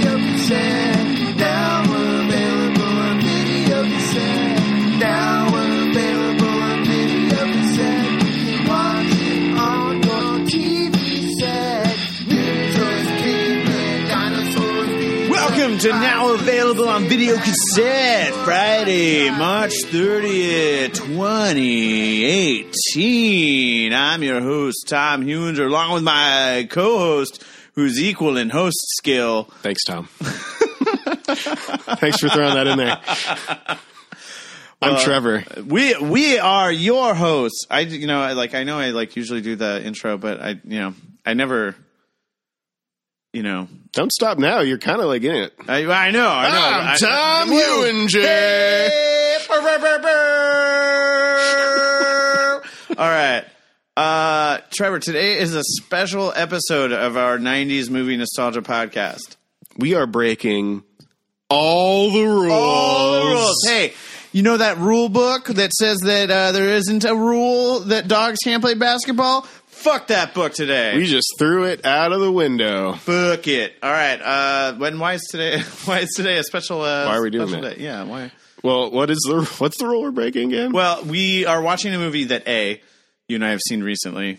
Now we're available on video cassette. Now we're available on video cassette. Now we're available on video cassette. You can watch it on your TV set. Mutants, cavemen, dinosaurs, beavers, Welcome to Now Available on Video Cassette, Friday, March 30th, 2018. I'm your host, Tom Huinger, along with my co host, who's equal in host skill, Thanks, Tom. Thanks for throwing that in there. I'm Trevor. we we are your hosts. I you know I like I know I like usually do the intro, but I you know I never you know Don't stop now. You're kind of like in it. I I know I know I- I'm Tom Whoa. Ewinger. Hey, brr, brr, brr, brr. All right. Uh, Trevor, today is a special episode of our 90s movie nostalgia podcast. We are breaking all the rules. All the rules. Hey, you know that rule book that says that uh, there isn't a rule that dogs can't play basketball? Fuck that book today. We just threw it out of the window. Fuck it. All right. Uh, when why is today? Why is today a special? Uh, Why are we doing special that? day? Yeah. Why? Well, what is the what's the rule we're breaking again? Well, we are watching a movie that a you and I have seen recently.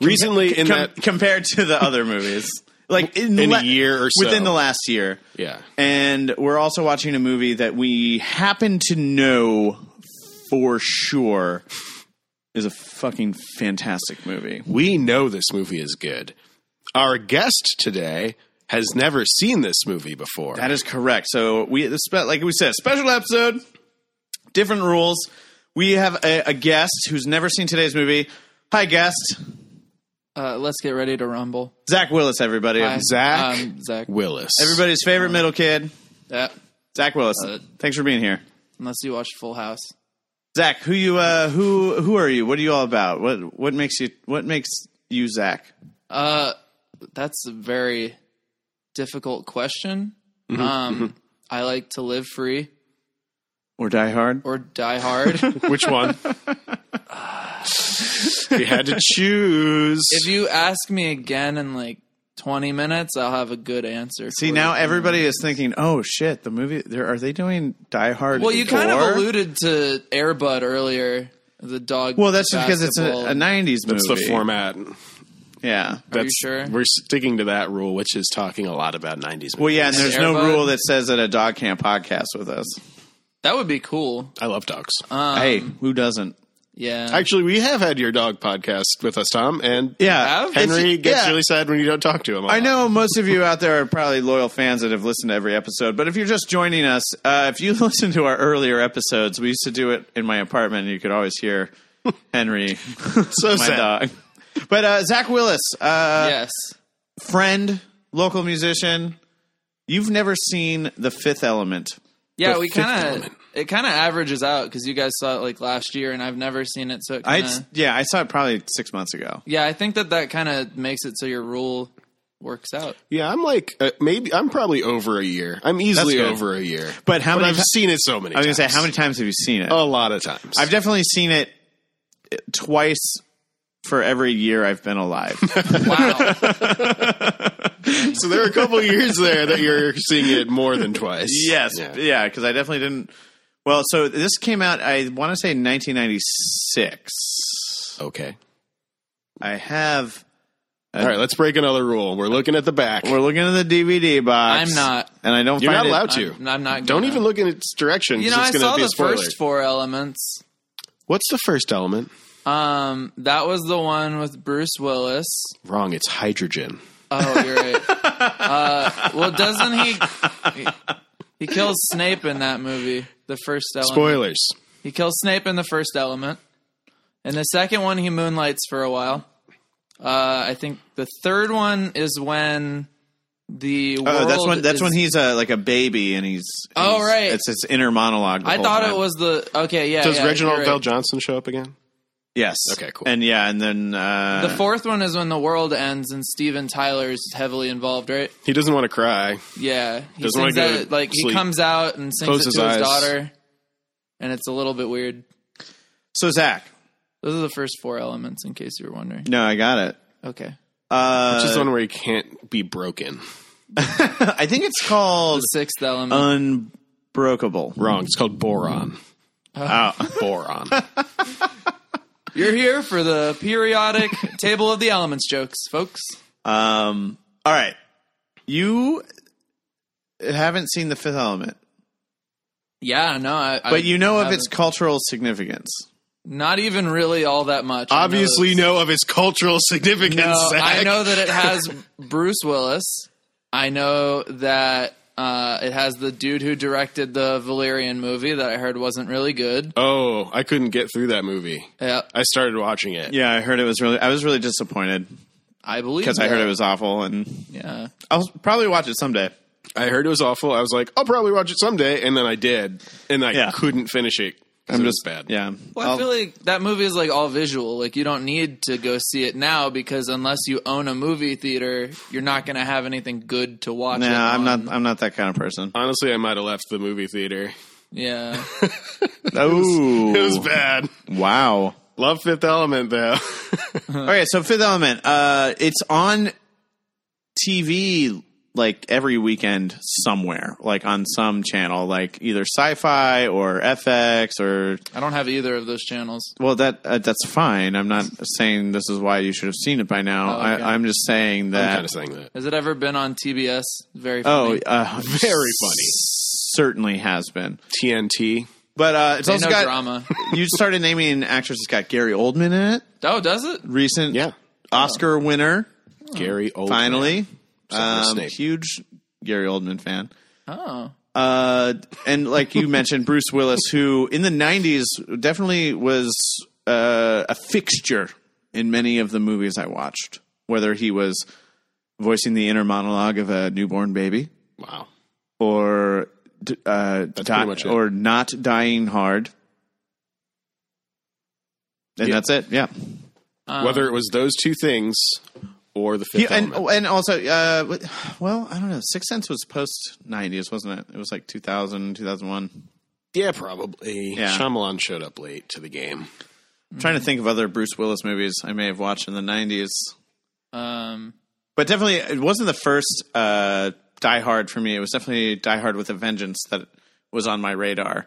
recently in Com- that compared to the other movies, like in, In a le- year or so. within the last year. yeah, And we're also watching a movie that we happen to know for sure is a fucking fantastic movie. we know this movie is good. Our guest today has never seen this movie before. That is correct. So we this spe- like we said, special episode, different rules. We have a, a guest who's never seen today's movie. Hi, guest Uh, let's get ready to rumble. Zach Willis. Everybody, Hi. Zach Um, Zach. Willis. everybody's favorite middle kid, Yeah. Zach Willis. Uh, Thanks for being here. Unless you watched Full House. Zach, who you uh, who who are you? What are you all about? What what makes you what makes you Zach? Uh, that's a very difficult question. Mm-hmm. Um, I like to live free Or Die Hard? or die hard. Which one? you had to choose. if you ask me again in like 20 minutes, I'll have a good answer. See for now you. everybody is thinking, oh shit, the movie. There are they doing Die Hard? Well, you kind of four? alluded to Airbud earlier, the dog. Well, that's just because it's a, basketball. a '90s movie. That's the format. Yeah. Are That's, you sure? We're sticking to that rule, which is talking a lot about 90s. Well, yeah, and Is it there's no Airbud? rule that says that a dog can't podcast with us. That would be cool. I love dogs. Um, hey, who doesn't? yeah. Actually, we have had your dog podcast with us, Tom, and Yeah, Have? Henry It's- gets yeah. really sad when you don't talk to him. I know most of you out there are probably loyal fans that have listened to every episode, but if you're just joining us, uh, if you listen to our earlier episodes, we used to do it in my apartment, and you could always hear Henry, my So sad. dog. But uh, Zach Willis, uh, yes. friend, local musician, you've never seen The Fifth Element. Yeah, The we fifth kind of element. it kind of averages out because you guys saw it like last year, and I've never seen it. So it I kinda, yeah, I saw it probably six months ago. yeah, I think that that kind of makes it so your rule works out. Yeah, I'm like uh, maybe I'm probably over a year. I'm easily good. over a year. But how many? I've ti- seen it so many. I was times. gonna say, how many times have you seen it? A lot of times. Oh, I've definitely seen it eh, twice for every year I've been alive. Wow, so there are a couple years there that you're seeing it more than twice. Yes, Yeah. yeah, because I definitely didn't. Well, so this came out, I want to say 1996. Okay. I have. All right, let's break another rule. We're looking at the back. We're looking at the DVD box. I'm not. and I don't. You're find not it- allowed to. I'm, I'm not. Don't gonna. even look in its direction. You 'cause know, I it's gonna saw be a the spoiler. first four elements. What's the first element? Um, that was the one with Bruce Willis. Wrong. It's hydrogen. Oh, you're right. uh, well, doesn't he? he- He kills Snape in that movie. The first element. Spoilers. He kills Snape in the first element. In the second one, he moonlights for a while. Uh, I think the third one is when the world. Oh, that's when that's is- when he's uh, like a baby and he's. Oh, he's- right. It's his inner monologue. the I whole thought time. it was the okay. Yeah. Does yeah, Reginald you're Bell right. Johnson show up again? Yes. Okay, cool. And yeah, and then uh, The fourth one is when the world ends and Steven Tyler's heavily involved, right? He doesn't want to cry. Yeah, he Doesn't sings wanna go that- to like he sleep. comes out and sings Close it his to his eyes. daughter, and it's a little bit weird. So Zach, Those are the first four elements, in case you were wondering. no, I got it. Okay, Uh, It's just the one where he can't be broken. I think it's called the sixth element. Unbreakable. Wrong. It's called boron. Oh. Boron. You're here for the periodic table of the elements jokes, folks. Um, all right, you haven't seen the Fifth Element, Yeah, no, I, I but you know of haven't- its cultural significance. not even really all that much. I know Obviously, that- know of its cultural significance. No, Zach. I know that it has Bruce Willis. I know that uh, it has the dude who directed the Valerian movie that I heard wasn't really good. Oh, I couldn't get through that movie. Yeah, I started watching it. Yeah, I heard it was really. I was really disappointed I believe because I heard that. it was awful, and Yeah. I'll probably watch it someday. I heard it was awful. I was like, I'll probably watch it someday, and then I did, and I Yeah. couldn't finish it. 'cause I'm it was just bad. Yeah, Well, I I'll- feel like that movie is like all visual. Like you don't need to go see it now because unless you own a movie theater, you're not going to have anything good to watch. no, it I'm on. not. I'm not that kind of person. Honestly, I might have left the movie theater. Yeah. Oh, It was bad. wow. Love Fifth Element though. Okay, so Fifth Element, uh, it's on TV like every weekend somewhere, like on some channel, like either Sci-Fi or FX or I don't have either of those channels. well, that uh, that's fine. I'm not saying this is why you should have seen it by now. Oh, okay. I, I'm just saying I'm that. kind of saying that. Has it ever been on TBS? Very oh, funny. uh, Very funny. Certainly has been, TNT. but uh, it's They also know got drama. you started naming actors. It's got Gary Oldman in it, oh, does it? recent Yeah. Oh, Oscar winner. Gary Oldman. Oh. Finally, Severus um, Snape. huge Gary Oldman fan. Oh. Uh, and like you mentioned, Bruce Willis, who in the '90s definitely was uh, a fixture in many of the movies I watched. Whether he was voicing the inner monologue of a newborn baby, Wow. or d- uh, di- much it. or not dying hard, and Yeah. that's it. Yeah. Um, Whether it was those two things or the Fifth Yeah, and Element. and also, uh, what- well, I don't know. Sixth Sense was post '90s, wasn't it? It was like 2000, 2001. yeah, probably. Yeah. Shyamalan showed up late to the game. I'm Mm-hmm. trying to think of other Bruce Willis movies I may have watched in the '90s, um, but definitely it wasn't the first uh, Die Hard for me. It was definitely Die Hard with a Vengeance that was on my radar.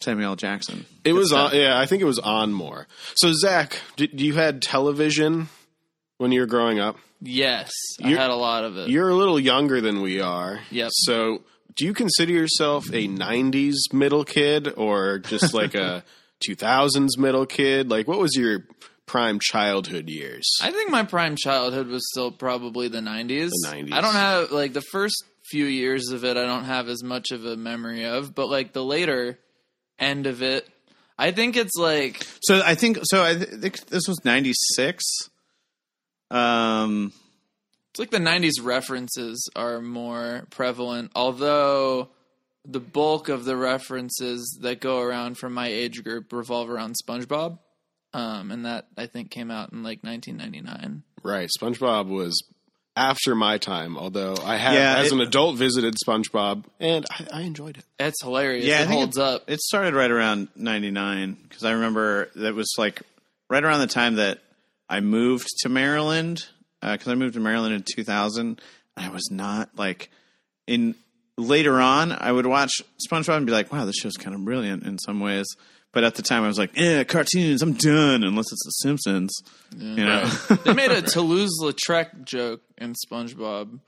Samuel L. Jackson. It was stuff. on. Yeah, I think it was on more. So Zach, did, you had television when you were growing up. yes, I You're- had a lot of it. You're a little younger than we are. Yep. So do you consider yourself a '90s middle kid or just like a 2000s middle kid? Like, what was your prime childhood years? I think my prime childhood was still probably the 90s. The 90s. I don't have like the first few years of it I don't have as much of a memory of, but like the later end of it, I think it's like So I think so. I th- think this was '96. Um, it's like the 90s references are more prevalent, although the bulk of the references that go around from my age group revolve around SpongeBob. Um, and that I think came out in like 1999. Right. SpongeBob was after my time, although I have, Yeah, as it- an adult, visited SpongeBob and I, I enjoyed it. It's hilarious. Yeah, I it think holds it, up. It started right around '99 because I remember that was like right around the time that I moved to Maryland because I moved to Maryland in 2000. And I was not like in later on. I would watch SpongeBob and be like, "Wow, this show's kind of brilliant in some ways." But at the time, I was like, "Yeah, cartoons. I'm done unless it's The Simpsons." You know, They made a Toulouse-Lautrec joke in SpongeBob.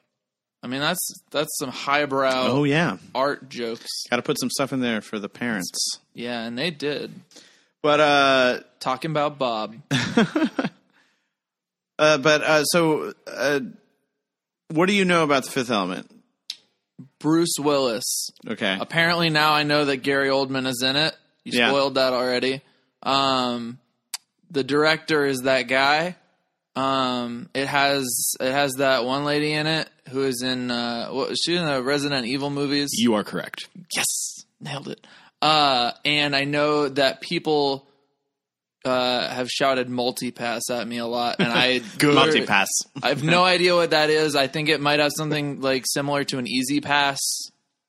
I mean, that's that's some highbrow oh yeah, art jokes. got to put some stuff in there for the parents. Yeah, and they did But uh, talking about Bob. uh but uh, so uh, what do you know about the Fifth Element? Bruce Willis. Okay. Apparently now I know that Gary Oldman is in it. You Yeah. spoiled that already. Um, the director is that guy Um, it has it has that one lady in it who is in uh, what she in the Resident Evil movies. You are correct. yes, nailed it. Uh, and I know that people uh have shouted multipass at me a lot, and I Multipass. I have no idea what that is. I think it might have something like similar to an easy pass.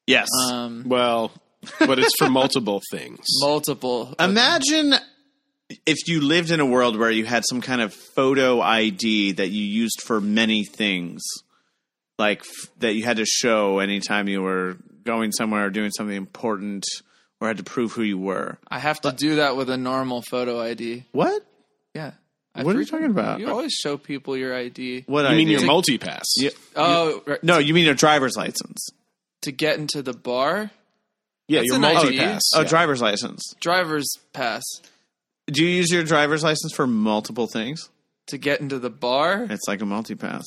Yes. Um, Well, but it's for multiple things. multiple. Imagine if you lived in a world where you had some kind of photo ID that you used for many things, like f- that you had to show anytime you were going somewhere or doing something important or had to prove who you were. I have to do that with a normal photo ID. What? Yeah. I What are you frequent- talking about? You always show people your ID. What I mean, ID? your multipass. You- Oh, right, no, you mean a driver's license. to get into the bar, yeah, that's your an ID. multipass. Oh, yeah. driver's license. driver's pass. Do you use your driver's license for multiple things? To get into the bar, It's like a multipass.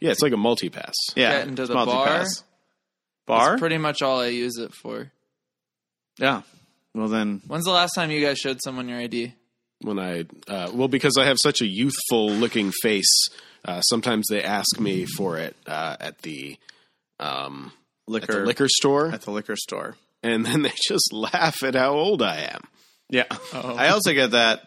yeah, it's like a multipass. Yeah, Get into it's the bar? multipass. Bar. that's pretty much all I use it for. yeah. Well then, When's the last time you guys showed someone your ID? When I uh, well, because I have such a youthful looking face, uh, sometimes they ask me for it uh, at the um, at the liquor liquor store, at the liquor store. and then they just laugh at how old I am. Yeah. Oh. I also get that.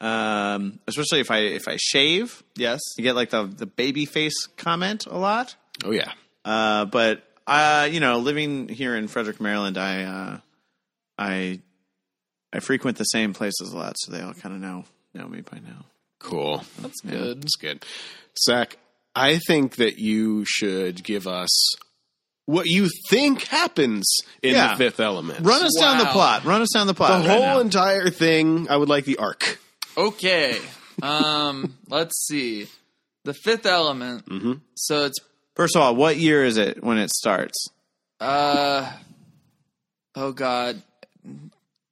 Um, especially if I if I shave, Yes. you get like the the baby face comment a lot. Oh yeah, Uh, but uh, you know, living here in Frederick, Maryland, I uh, I I frequent the same places a lot, so they all kind of know know me by now. cool. That's good. That's good. Zach, I think that you should give us what you think happens in Yeah. the fifth element. Run us down the Wow. plot. Run us down the the plot. right whole now. entire thing. I would like the arc. Okay. Um, let's see. The fifth element. Mm-hmm. So it's First of all, what year is it when it starts? uh oh god.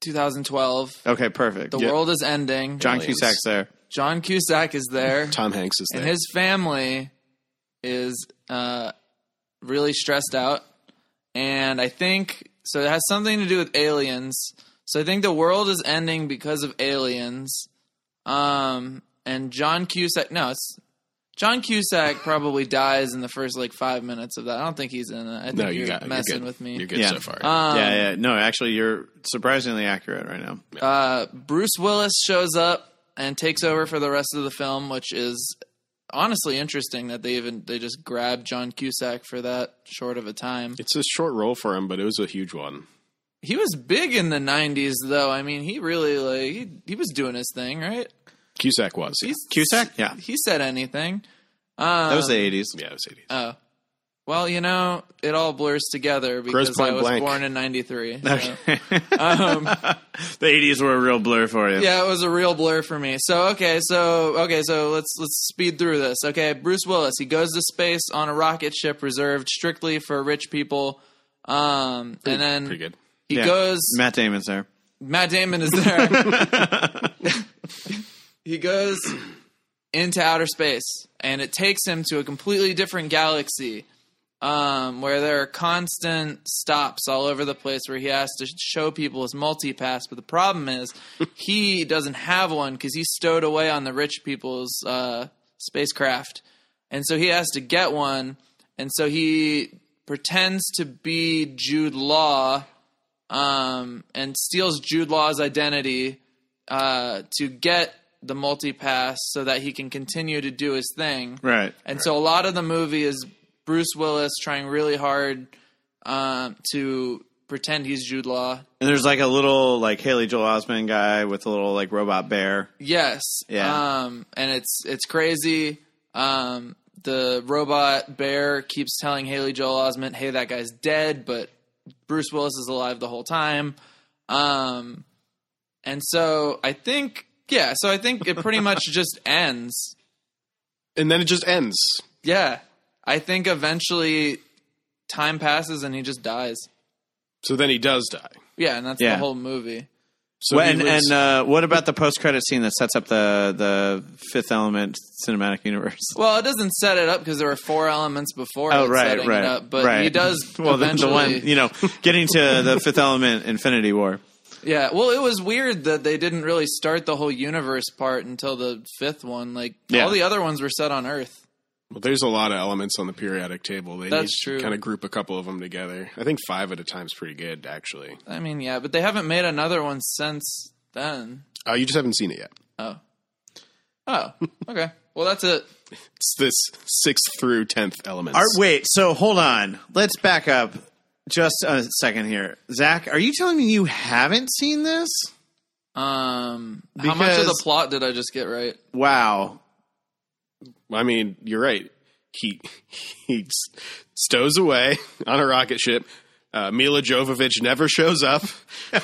2012. Okay, perfect. The Yeah. world is ending. John Aliens. Cusack's there. John Cusack is there, Tom Hanks is there. and his family is uh, really stressed out. And I think so. It has something to do with aliens. So I think the world is ending because of aliens. Um, and John Cusack. No, it's John Cusack probably dies in the first like five minutes of that. I don't think he's in it. I think no, you're you got messing you're good. with me. You're good Yeah. Uh, so far. Um, yeah, yeah. No, actually, you're surprisingly accurate right now. uh, Bruce Willis shows up and takes over for the rest of the film, which is honestly interesting that they even they just grabbed John Cusack for that short of a time. it's a short role for him, but it was a huge one. He was big in the '90s, though. I mean, he really like he, he was doing his thing, right? Cusack was. Yeah, He's, Cusack? Yeah. he said anything. That was the Um, 80s. yeah it was 80s. Oh, well, you know, it all blurs together because I Point was Blank. born in '93. The 80s were a real blur for you. Yeah, it was a real blur for me. So okay, so okay, so let's let's speed through this. Okay, Bruce Willis, he goes to space on a rocket ship reserved strictly for rich people. Um, and then Pretty good. he Yeah. goes. Matt Damon's there. Matt Damon is there. he goes into outer space, and it takes him to a completely different galaxy, um, where there are constant stops all over the place where he has to show people his multipass. But the problem is, he doesn't have one because he's stowed away on the rich people's uh, spacecraft, and so he has to get one. And so he pretends to be Jude Law um, and steals Jude Law's identity uh, to get the multipass so that he can continue to do his thing. Right. And so a lot of the movie is Bruce Willis trying really hard um, to pretend he's Jude Law. And there's like a little like Haley Joel Osment guy with a little like robot bear. Yes. Yeah. Um, and it's it's crazy. Um, the robot bear keeps telling Haley Joel Osment, "Hey, that guy's dead," but Bruce Willis is alive the whole time. Um, and so I think, yeah. So I think it pretty much just ends. And then it just ends. Yeah. I think eventually time passes and he just dies. So then he does die. Yeah, and that's Yeah. the whole movie. So he and lives- and uh, what about the post credit scene that sets up the the Fifth Element cinematic universe? Well, it doesn't set it up because there were four elements before. Oh it right, setting right, It up, but right. he does. Well, the, the eventually, one you know, getting to the Fifth Element, Infinity War. Yeah, well, it was weird that they didn't really start the whole universe part until the fifth one. Like Yeah. all the other ones were set on Earth. Well, there's a lot of elements on the periodic table. They That's need true. to kind of group a couple of them together. I think five at a time is pretty good, actually. I mean, yeah, but they haven't made another one since then. Uh, you just haven't seen it yet. Oh, okay. Well, that's it. It's this sixth through tenth elements. Are, wait, so hold on. Let's back up just a second here. Zach, are you telling me you haven't seen this? Um, how much of the Because- plot did I just get right? Wow. I mean, you're right. He he s- stows away on a rocket ship. Uh, Mila Jovovich never shows up. he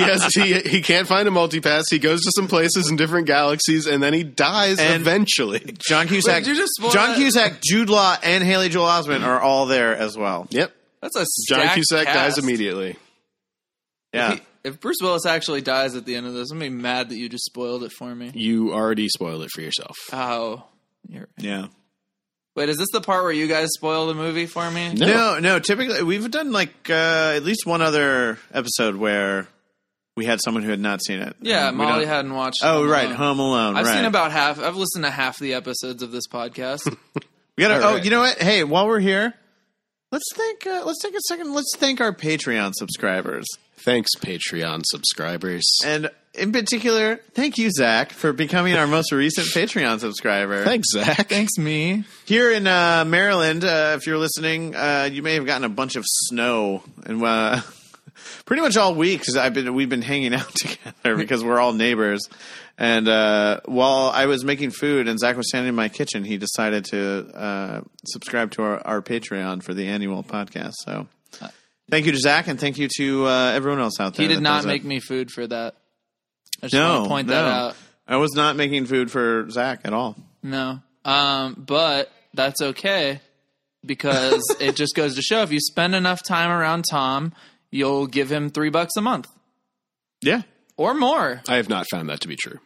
has he he can't find a multipass. He goes to some places in different galaxies, and then he dies And- eventually. John Cusack, did you just spoil John that? Cusack, Jude Law, and Haley Joel Osment are all there as well. Yep, That's a John stacked Cusack dies cast. immediately. Yeah. If, he- if Bruce Willis actually dies at the end of this, I'm gonna be mad that you just spoiled it for me. You already spoiled it for yourself. Oh, you're Yeah. wait. Is this the part where you guys spoil the movie for me? No. No, no. Typically, we've done like uh, at least one other episode where we had someone who had not seen it. Yeah, We Molly don't- hadn't watched. Oh, Home right, Alone. Home Alone. I've right. seen about half. I've listened to half the episodes of this podcast. We gotta. All Oh, right. you know what? Hey, while we're here, let's thank. Uh, let's take a second. Let's thank our Patreon subscribers, Thanks, Patreon subscribers. and in particular, thank you, Zach, for becoming our most recent Patreon subscriber. Thanks, Zach. Thanks, me. Here in uh, Maryland, uh, if you're listening, uh, you may have gotten a bunch of snow, and uh, pretty much all week 'cause I've been we've been hanging out together because we're all neighbors. And uh, while I was making food and Zach was standing in my kitchen, he decided to uh, subscribe to our, our Patreon for the annual podcast. So, thank you to Zach, and thank you to uh, everyone else out there. Uh, He did that not does make it. me food for that. I just no want to point no. that out. I was not making food for Zach at all. No. Um, but that's okay because it just goes to show if you spend enough time around Tom, you'll give him three bucks a month Yeah, or more. I have not found that to be true.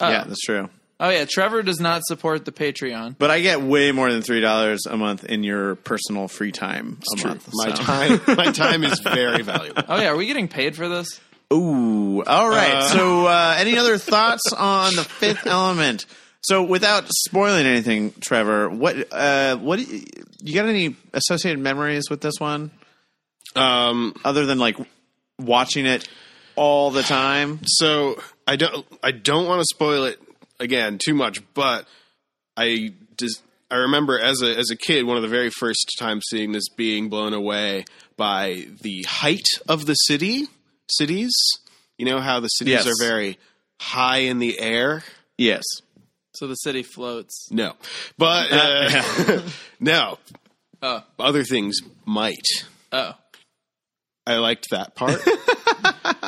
Oh. yeah, that's true. Oh yeah, Trevor does not support the Patreon. But I get way more than three dollars a month in your personal free time a month. My so. time, my time is very valuable. Oh yeah, are we getting paid for this? Ooh. All right. Uh. so, uh, any other thoughts on the Fifth Element? So, without spoiling anything, Trevor, what uh, what you got? Any associated memories with this one Um, other than like watching it all the time? so I don't, I don't want to spoil it again too much, but I just, I remember as a as a kid, one of the very first times seeing this being blown away by the height of the city cities. You know how the cities Yes. are very high in the air. Yes. So the city floats. No, but uh, no. Uh. Other things might. Oh. I liked that part.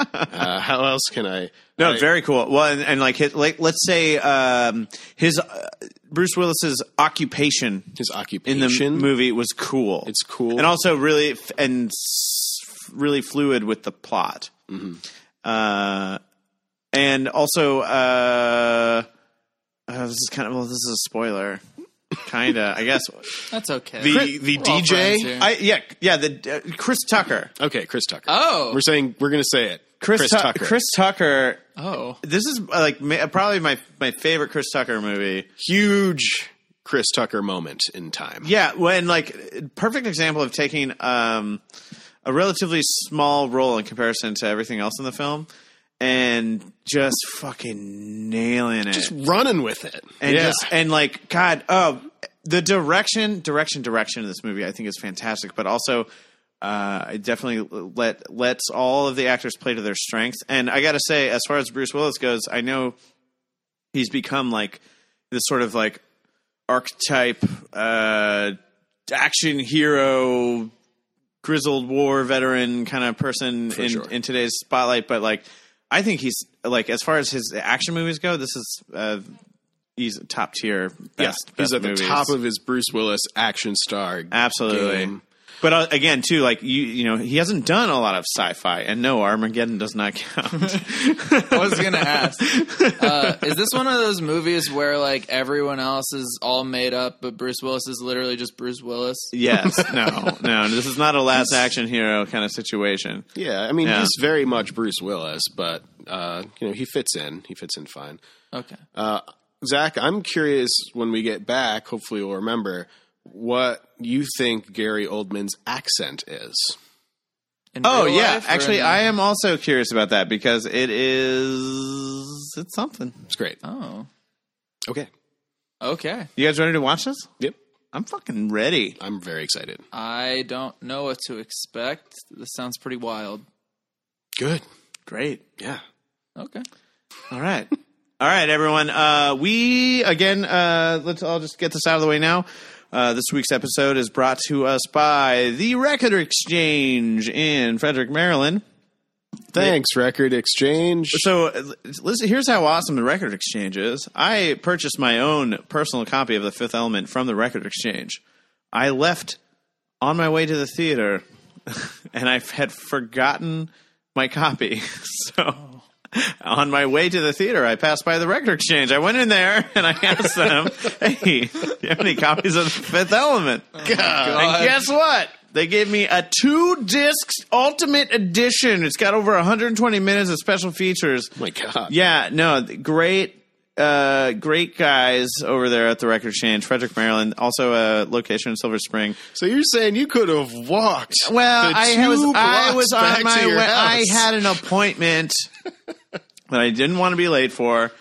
uh, how else can I? No, I- very cool. Well, and, and like, his, like, let's say um, his uh, Bruce Willis's occupation his in occupation the movie was cool. It's cool. and also really f- and s- really fluid with the plot. Mm-hmm. Uh, and also, uh, uh, this is kind of well, this is a spoiler, kind of, I guess. That's okay. the the We're all friends DJ. here. I yeah yeah the uh, Chris Tucker, Okay, Chris Tucker. Oh. we're saying we're gonna say it. Chris, Tu- Tucker. Chris Tucker. oh. This is uh, like ma- probably my my favorite Chris Tucker movie. huge Chris Tucker moment in time. Yeah, when like perfect example of taking um, a relatively small role in comparison to everything else in the film, and just fucking nailing it, just running with it. and yeah. just and like God, oh, the direction, direction, direction of this movie, I think is fantastic, but also. Uh, it definitely let lets all of the actors play to their strengths, and I gotta say, as far as Bruce Willis goes, I know he's become like this sort of like archetype uh action hero grizzled war veteran kind of person in, sure. in today's spotlight but like i think he's like as far as his action movies go this is uh he's top tier best, yeah, best he's at the movies. top of his Bruce Willis action star absolutely game. But uh, again, too, like you, you know, he hasn't done a lot of sci-fi, and no, Armageddon does not count. I was gonna ask. Uh, is this one of those movies where like everyone else is all made up, but Bruce Willis is literally just Bruce Willis? yes, no, no, this is not a last action hero kind of situation. Yeah, I mean Yeah. he's very much Bruce Willis, but uh, you know he fits in. He fits in fine. Okay. Zach, I'm curious when we get back. Hopefully, we'll remember what you think Gary Oldman's accent is. In Oh real yeah, life or actually, in- I am also curious about that because it is it's something. It's great. Oh. Okay. Okay. You guys ready to watch this? Yep. I'm fucking ready. I'm very excited. I don't know what to expect. This sounds pretty wild. Good. Great. Yeah. Okay. All right. All right, everyone. Uh, we, again, uh, let's all just get this out of the way now. Uh, this week's episode is brought to us by the Record Exchange in Frederick, Maryland. Thanks, Record Exchange. So, uh, listen, here's how awesome the Record Exchange is. I purchased my own personal copy of The Fifth Element from the Record Exchange. I left on my way to the theater, and I had forgotten my copy. So, on my way to the theater, I passed by the Record Exchange. I went in there and I asked them, "Hey, do you have any copies of The Fifth Element?" And guess what? They gave me a two disc ultimate edition. It's got over 120 minutes of special features. oh my God. Yeah, no, th- great, uh, great guys over there at the Record Exchange, Frederick, Maryland. Also a location in Silver Spring. So you're saying you could have walked? Well, the I two was, I blocks was back on to my way. your I house. had an appointment that I didn't want to be late for.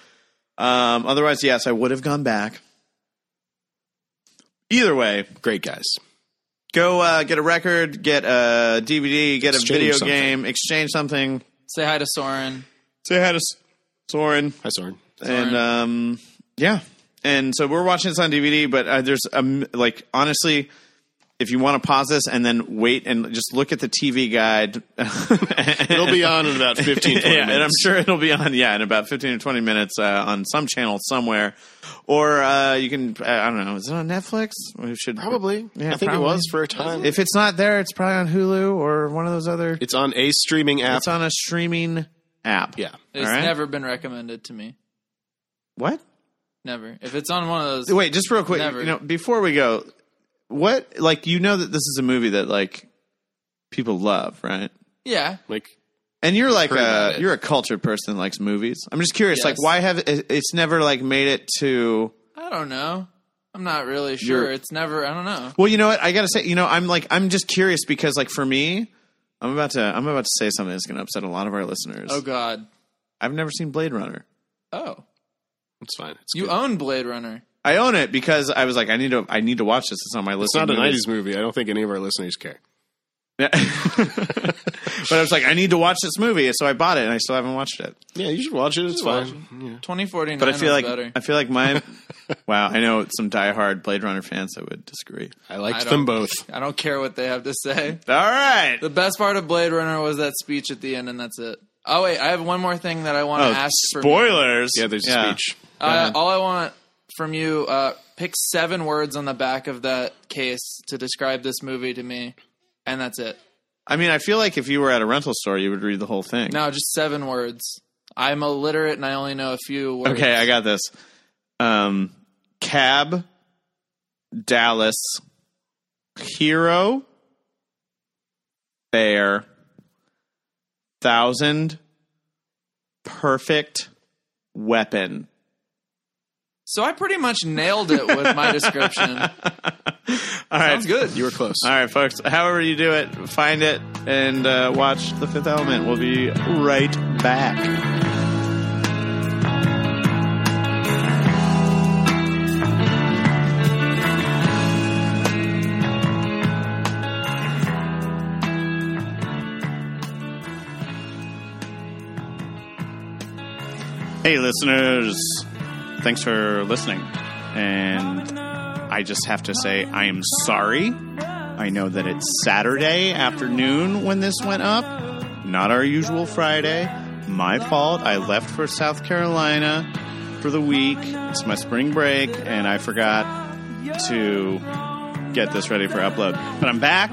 Um, otherwise, yes, I would have gone back. Either way, great guys. go uh, get a record, get a DVD, get a Exchange video something. game, exchange something. Say hi to Soren. Say hi to S- Soren. Hi, Soren. and um, yeah, and so we're watching this on DVD. But uh, there's um, like honestly, if you want to pause this and then wait and just look at the TV guide, It'll be on in about 15, 20 yeah, minutes. and I'm sure it'll be on. Yeah, in about 15 or 20 minutes uh, on some channel somewhere, or uh, you can. Uh, I don't know. Is it on Netflix? We should Probably. Yeah, I think probably. it was for a time. If it's not there, it's probably on Hulu or one of those other. it's on a streaming app. It's on a streaming app. yeah. It's All right. never been recommended to me. What? Never. If it's on one of those, Wait, just real quick. Never. You know, before we go, what like you know that this is a movie that like people love, right? yeah. Like And you're like Heard about a it. you're a cultured person that likes movies. I'm just curious, Yes. like why have it- it's never like made it to? I don't know. I'm not really sure. You're- it's never. I don't know. Well, you know what? I gotta say, you know, I'm like I'm just curious because like for me, I'm about to I'm about to say something that's gonna upset a lot of our listeners. Oh God. I've never seen Blade Runner. Oh, it's fine. It's, you good. own Blade Runner. I own it because I was like, I need to I need to watch this. It's on my list. it's not of a movies. '90s movie. I don't think any of our listeners care. Yeah. but I was like, I need to watch this movie, so I bought it, and I still haven't watched it. Yeah, you should watch it. It's fine. Twenty forty nine. But I feel like better. I feel like my wow. I know some diehard Blade Runner fans that would disagree. I I liked don't- them both. I don't care what they have to say. All right. The best part of Blade Runner was that speech at the end, and that's it. Oh wait, I have one more thing that I want to Oh, ask. from you. spoilers. Yeah, there's a speech. Uh, all I want from you, uh, pick seven words on the back of that case to describe this movie to me, and that's it. I mean, I feel like if you were at a rental store, you would read the whole thing. No, just seven words. I'm illiterate and I only know a few words. Okay, I got this. Um, cab, Dallas, hero, bear, thousand, perfect weapon. So I pretty much nailed it with my description. All right, Sounds good. You were close. All right, folks. However you do it, find it and uh, watch The Fifth Element. We'll be right back. Hey, listeners. Thanks for listening. And I just have to say, I am sorry. I know that it's Saturday afternoon when this went up, not our usual Friday. My fault. I left for South Carolina for the week. It's my spring break, and I forgot to get this ready for upload. But I'm back.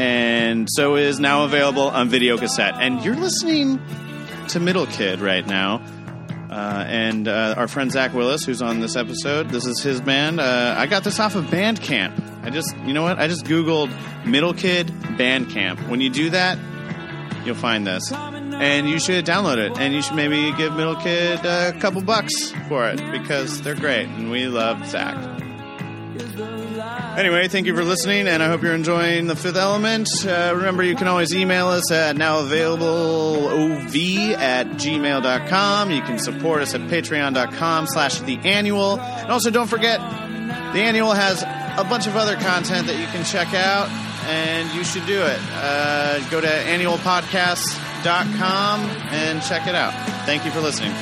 and so is now available on video cassette. And you're listening to Middle Kid right now. Uh, and uh, our friend Zach Willis, who's on this episode, this is his band. Uh, I got this off of Bandcamp. I just, you know what? I just Googled Middle Kid Bandcamp. When you do that, you'll find this. And you should download it. And you should maybe give Middle Kid a couple bucks for it because they're great. And we love Zach. Anyway, thank you for listening, and I hope you're enjoying The Fifth Element. Uh, remember, you can always email us at nowavailableov at gmail.com. You can support us at patreon.com slash the annual. And also, don't forget, the annual has a bunch of other content that you can check out, and you should do it. Uh, go to annualpodcasts.com and check it out. Thank you for listening.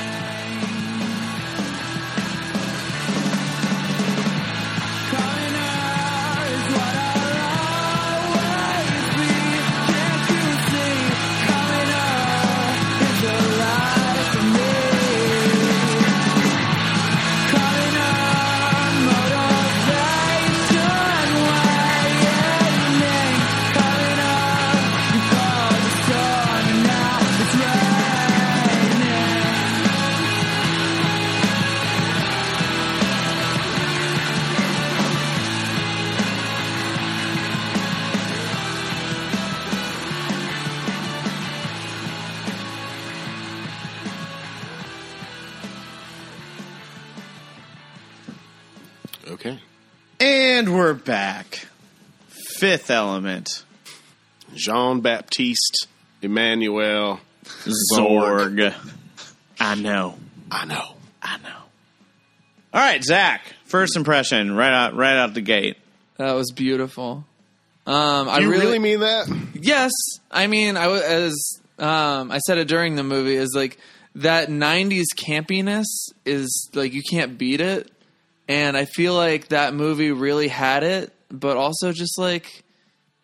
Okay. And we're back. Fifth Element. Jean Baptiste Emmanuel Zorg. Zorg. I know. I know. I know. All right, Zach. First impression, right out, right out the gate. That was beautiful. Um, I You really, really, mean that? yes. I mean, I was as um, I said it during the movie is like that '90s campiness is like you can't beat it, and I feel like that movie really had it, but also just like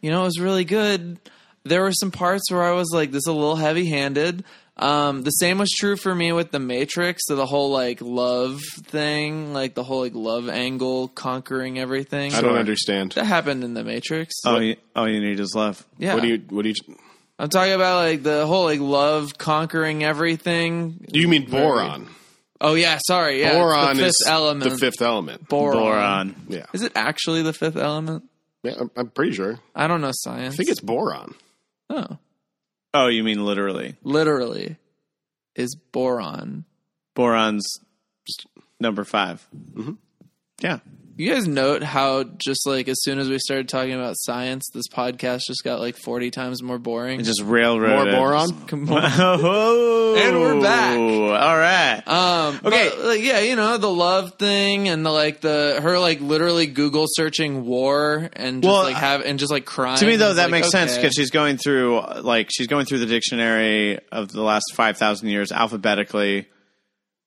you know it was really good. There were some parts where I was like, this is a little heavy handed. Um, the same was true for me with the Matrix, so the whole like love thing, like the whole like love angle conquering everything. I don't understand. That happened in the Matrix. All Oh, you, all you need is love. yeah. What do you? What do you? I'm talking about like the whole like love conquering everything. You mean boron? Oh yeah, sorry. Yeah, it's boron the fifth is element. the fifth element. boron. Boron. yeah. Is it actually the fifth element? yeah, I'm, I'm pretty sure. I don't know science. I think it's boron. oh, Oh, you mean literally? literally is boron. Boron's number 5 Yeah. You guys note how just like as soon as we started talking about science, this podcast just got like 40 times more boring. It just railroaded. More boron. Come on. oh, And we're back. All right. Um, Okay. but, like, yeah, you know the love thing and the like the her like literally Google searching war and just Well, like have and just like crying. to me though It's that like, makes sense okay. because she's going through uh, like she's going through the dictionary of the last 5000 years alphabetically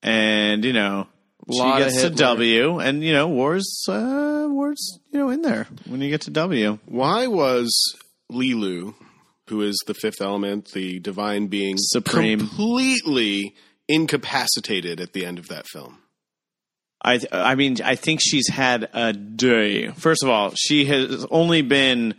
and you know Lot she of gets to Hitler. w and you know wars uh wars you know in there when you get to w Why was Lilu, who is the fifth element, the divine being, Supreme. completely incapacitated at the end of that film? i th- i mean i think she's had a day first of all she has only been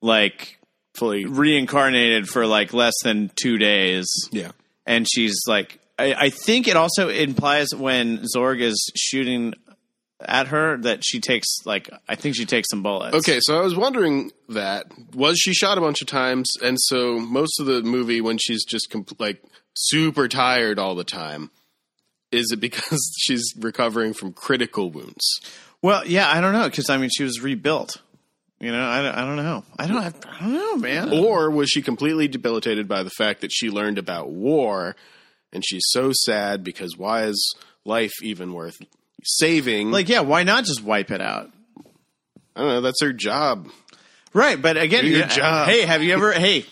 like Fully. reincarnated for like less than 2 days Yeah. and she's like I, I think it also implies when Zorg is shooting at her that she takes like I think she takes some bullets. Okay, so I was wondering that was she shot a bunch of times, and so most of the movie when she's just compl- like super tired all the time, is it because she's recovering from critical wounds? Well, yeah, I don't know because I mean she was rebuilt. You know, I, don't- I don't know. I don't. I, don't know, man. Or was she completely debilitated by the fact that she learned about war and she's so sad because why is life even worth saving? Like, yeah, why not just wipe it out? I don't know, that's her job. Right, but again, Do your you- job. Hey, have you ever? Hey,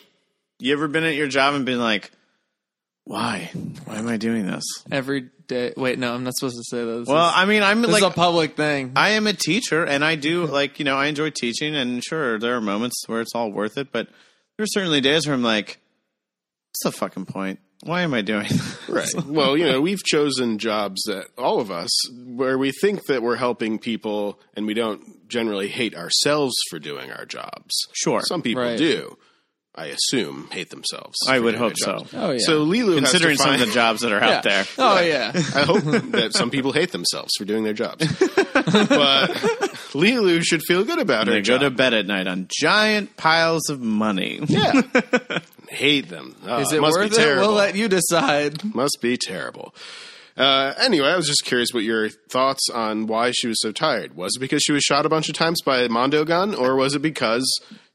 you ever been at your job and been like, why? Why am I doing this? every day. Wait, no, I'm not supposed to say this. Well, this, I mean, I'm this like is a public thing. I am a teacher and I do like, you know, I enjoy teaching and sure there are moments where it's all worth it, but there's certainly days where I'm like, what's the fucking point? Why am I doing this? Right. well, you know, we've chosen jobs that all of us where we think that we're helping people and we don't generally hate ourselves for doing our jobs. Sure. Some people Right. do. I assume hate themselves. I for would doing hope their so. jobs. Oh yeah. So Lilu has to Considering some of find- the jobs that are out Yeah. there. oh yeah. I hope that some people hate themselves for doing their jobs. but Lilu should feel good about her They go job. to bed at night on giant piles of money. yeah. hate them. Oh, Is it must worth be it? terrible. We'll let you decide. must be terrible. Uh, anyway, I was just curious what your thoughts on why she was so tired. Was it because she was shot a bunch of times by a Mondo gun, or was it because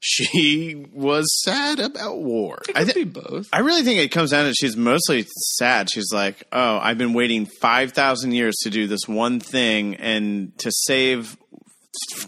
she was sad about war? I Could thi- be both. I really think it comes down to she's mostly sad. She's like, oh, I've been waiting 5,000 years to do this one thing and to save.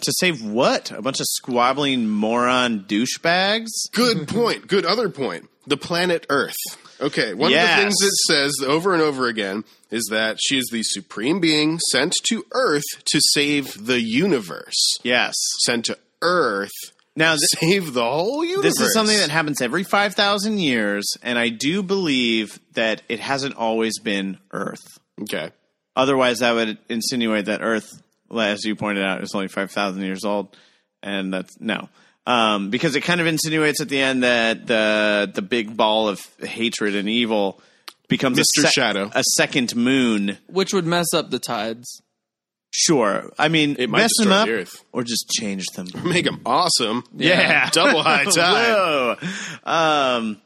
To save what? A bunch of squabbling moron douchebags? Good point. Good other point. The planet Earth. Okay, one of Yes. the things it says over and over again is that she is the supreme being sent to Earth to save the universe. Yes. Sent to Earth, Now, th- save the whole universe. this is something that happens every 5,000 years, and I do believe that it hasn't always been Earth. okay. Otherwise, I would insinuate that Earth, as you pointed out, is only 5,000 years old. And that's no. Um, because it kind of insinuates at the end that the the big ball of hatred and evil becomes Mr. A Shadow. a second moon. Which would mess up the tides. Sure, I mean It might mess them destroy up the Earth. or just change them. Make them awesome. Yeah. Double high time. Whoa. Um,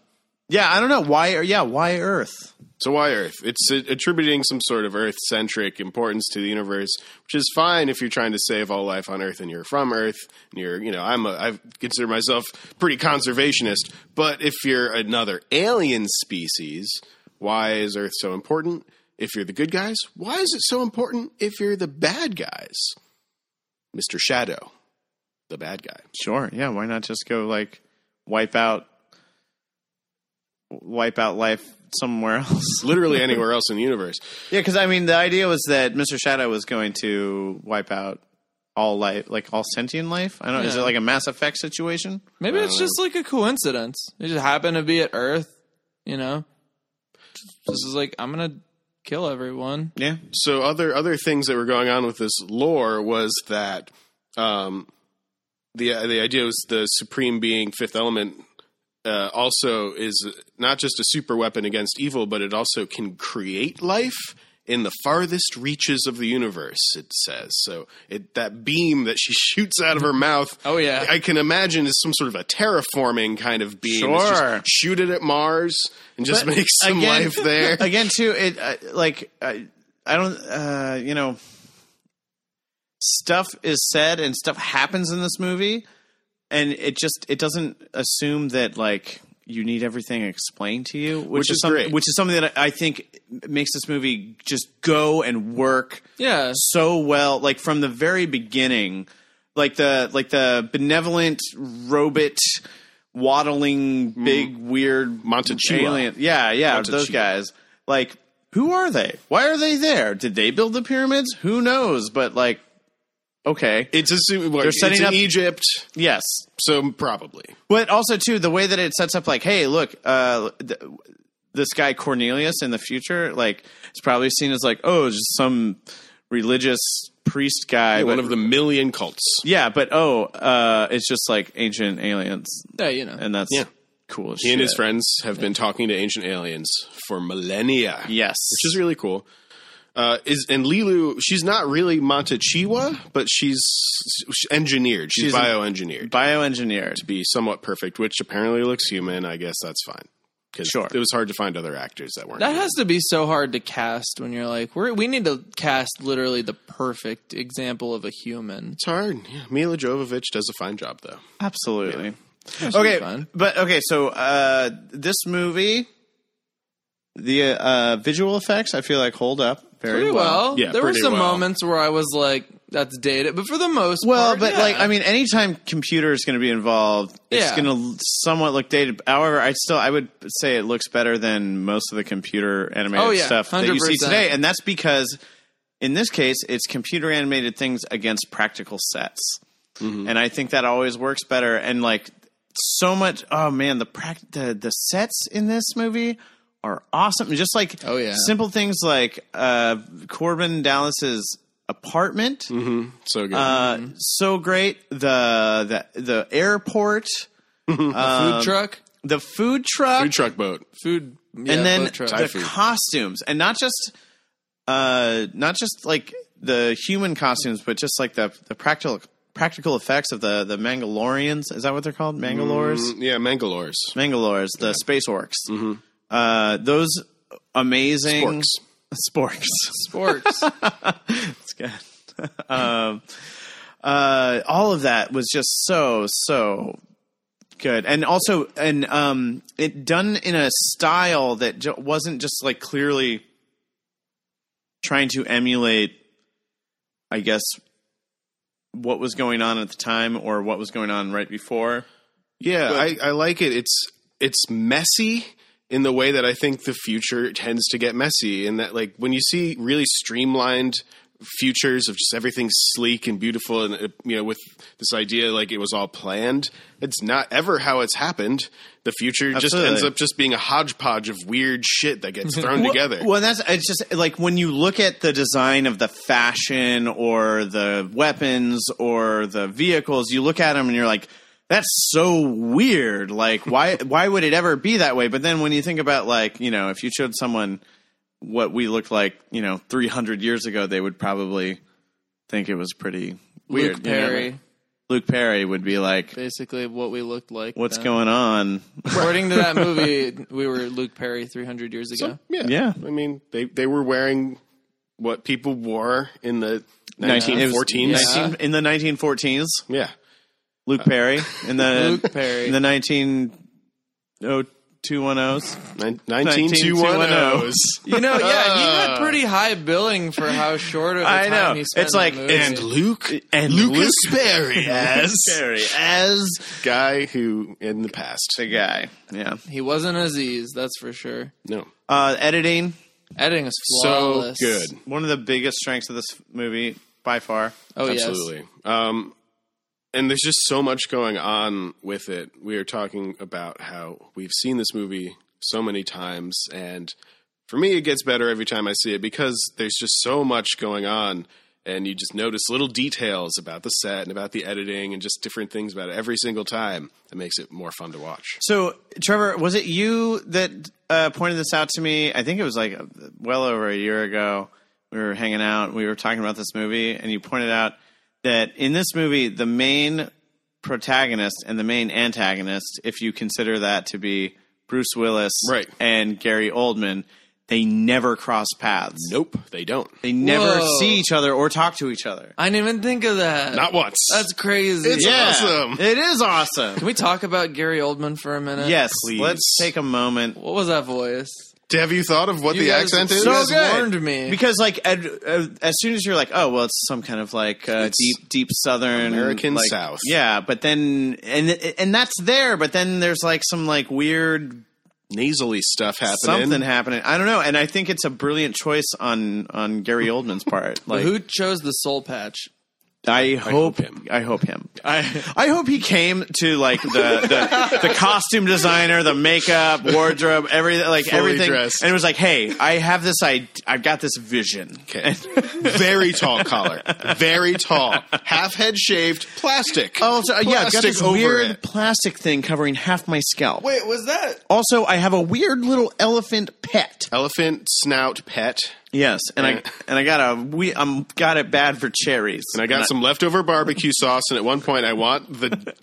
yeah, I don't know why. Yeah, why Earth? so why Earth? It's uh, attributing some sort of Earth-centric importance to the universe, which is fine if you're trying to save all life on Earth and you're from Earth. And you're, you know, I'm a, I consider myself pretty conservationist. But if you're another alien species, why is Earth so important? If you're the good guys, why is it so important? If you're the bad guys, Mister Shadow, the bad guy. Sure. Yeah. Why not just go like wipe out, wipe out life somewhere else? Literally anywhere else in the universe. Yeah, because I mean, the idea was that Mr. Shadow was going to wipe out all life, like all sentient life. I don't. know. Is it Yeah. like a Mass Effect situation? Maybe it's just like a coincidence. They just happen to be at Earth, you know? This is like, I'm going to kill everyone. Yeah. so other other things that were going on with this lore was that um, the the idea was the supreme being fifth element uh, also is not just a super weapon against evil, but it also can create life in the farthest reaches of the universe. It says so. It that beam that she shoots out of her mouth. Oh, yeah. I can imagine is some sort of a terraforming kind of beam. It's just Sure. shoot it at Mars and just But make some again- life there. Again, too. It uh, like I, I don't. Uh, you know, stuff is said and stuff happens in this movie, and it just it doesn't assume that like you need everything explained to you, which, is some- great. Which is something that I I think makes this movie just go and work. Yeah. so well like from the very beginning like the like the benevolent robot waddling Mm. big weird Montechua. alien yeah yeah those Montechua. guys like who are they why are they there did they build the pyramids who knows but like okay It's assuming well, They're it's setting in up- Egypt, yes so probably. but also too the way that it sets up like hey look uh th- this guy cornelius in the future like it's probably seen as like oh just some religious priest guy one but- of the million cults. Yeah, but oh, uh, it's just like ancient aliens, Yeah, you know. and that's Yeah. cool. As He shit. and his friends have been talking to ancient aliens for millennia. yes, Which is really cool. Uh, is and Lilu, she's not really Montechiwa, but she's, she's engineered. She's, She's an- bioengineered bioengineered. to be somewhat perfect, which apparently looks human. I guess that's fine. 'Cause Sure. it was hard to find other actors that weren't. That human. has to be so hard to cast when you're like, we're, we need to cast literally the perfect example of a human. it's hard. Yeah. Mila Jovovich does a fine job, though. Absolutely. should be Okay, fun. but okay, so uh, this movie, the uh, visual effects, I feel like hold up very Pretty well. Yeah, there were pretty some well. moments where I was like, that's dated. But for the most Well, part, but yeah. like I mean, anytime computer is going to be involved, it's Yeah. going to somewhat look dated. However, I still I would say it looks better than most of the computer animated Oh, yeah, stuff that you see 100%. today, and that's because in this case, it's computer animated things against practical sets, and I think that always works better. And like so much, oh man, the prac the the sets in this movie are awesome. Just like Oh, yeah. simple things like uh, Corbin Dallas's apartment, So good. uh, so great. The the the airport, Um, food truck, the food truck, Food truck boat. food, yeah, and then boat truck. the food. costumes, and not just uh, not just like the human costumes, but just like the the practical practical effects of the the Mangalorians. Is that what they're called? Mangalores. Mm, yeah, Mangalores. Mangalores, the space orcs. Uh, those amazing Sporks. sporks. sports. It's good. um, uh, all of that was just so so good, and also and um, it done in a style that j- wasn't just like clearly trying to emulate, I guess, what was going on at the time or what was going on right before. Yeah, I, I like it. It's it's messy in the way that I think the future tends to get messy. In that, like when you see really streamlined futures of just everything sleek and beautiful, and uh, you know, with this idea like it was all planned, it's not ever how it's happened. The future just Absolutely. ends up just being a hodgepodge of weird shit that gets thrown together. Well, that's it's just like when you look at the design of the fashion or the weapons or the vehicles, you look at them and you're like, that's so weird. Like, why why would it ever be that way? But then when you think about like, you know, if you showed someone what we looked like, you know, 300 years ago, they would probably think it was pretty weird. Luke you know? Perry, Luke Perry would be like, basically what we looked like. what's then. going on? According to that movie, we were Luke Perry 300 years ago. yeah, Yeah. I mean, they they were wearing what people wore in the Nineteen- it nineteen was fourteens. 19 in the 1914s. Yeah. Luke Perry in the Luke Perry. in the nineteen oh two one ohs. Nin- oh. 19210s. You know, yeah, he had pretty high billing for how short of a Uh. I time know. he spent It's in like- the movie. and Luke And Lucas Perry as as Perry as guy who in the past. the guy. Yeah. he wasn't Aziz, that's for sure. No. Uh, editing Editing is So flawless. good. one of the biggest strengths of this movie by far. Oh yes. Absolutely. Um and there's just so much going on with it. We are talking about how we've seen this movie so many times and for me it gets better every time I see it because there's just so much going on and you just notice little details about the set and about the editing and just different things about it every single time. It makes it more fun to watch. So Trevor, was it you that uh, pointed this out to me? I think it was like uh, well over a year ago. We were hanging out. We were talking about this movie, and you pointed out that in this movie, the main protagonist and the main antagonist, if you consider that to be Bruce Willis Right. and Gary Oldman, they never cross paths. Nope, they don't. They never Whoa. see each other or talk to each other. I didn't even think of that. Not once. that's crazy. It's awesome. It is awesome. Can we talk about Gary Oldman for a minute? Yes, Please. let's take a moment What was that voice? Have you thought of what You the guys- accent is? you So guys good. warned me. because like ed, uh, as soon as you're like oh well it's some kind of like uh, It's deep deep southern American like- South. yeah but then and and that's there but then there's like some like weird nasally stuff happening. something happening I don't know and I think it's a brilliant choice on on Gary Oldman's part like Who chose the soul patch? I hope hope him. I hope him I hope he came to like the the, the costume designer, the makeup, wardrobe, everything, like Fully everything, dressed. and it was like, "Hey, I have this, I I've got this vision." Okay. Very tall collar. Very tall. Half head shaved. Plastic. Also, uh, yeah, I've got Plastic this over weird it. plastic thing covering half my scalp. Wait, was that? Also, I have a weird little elephant pet. Elephant snout pet. Yes, and I Yeah. and I got a we I'm got it bad for cherries. And I got some leftover barbecue sauce. And at one point, I want the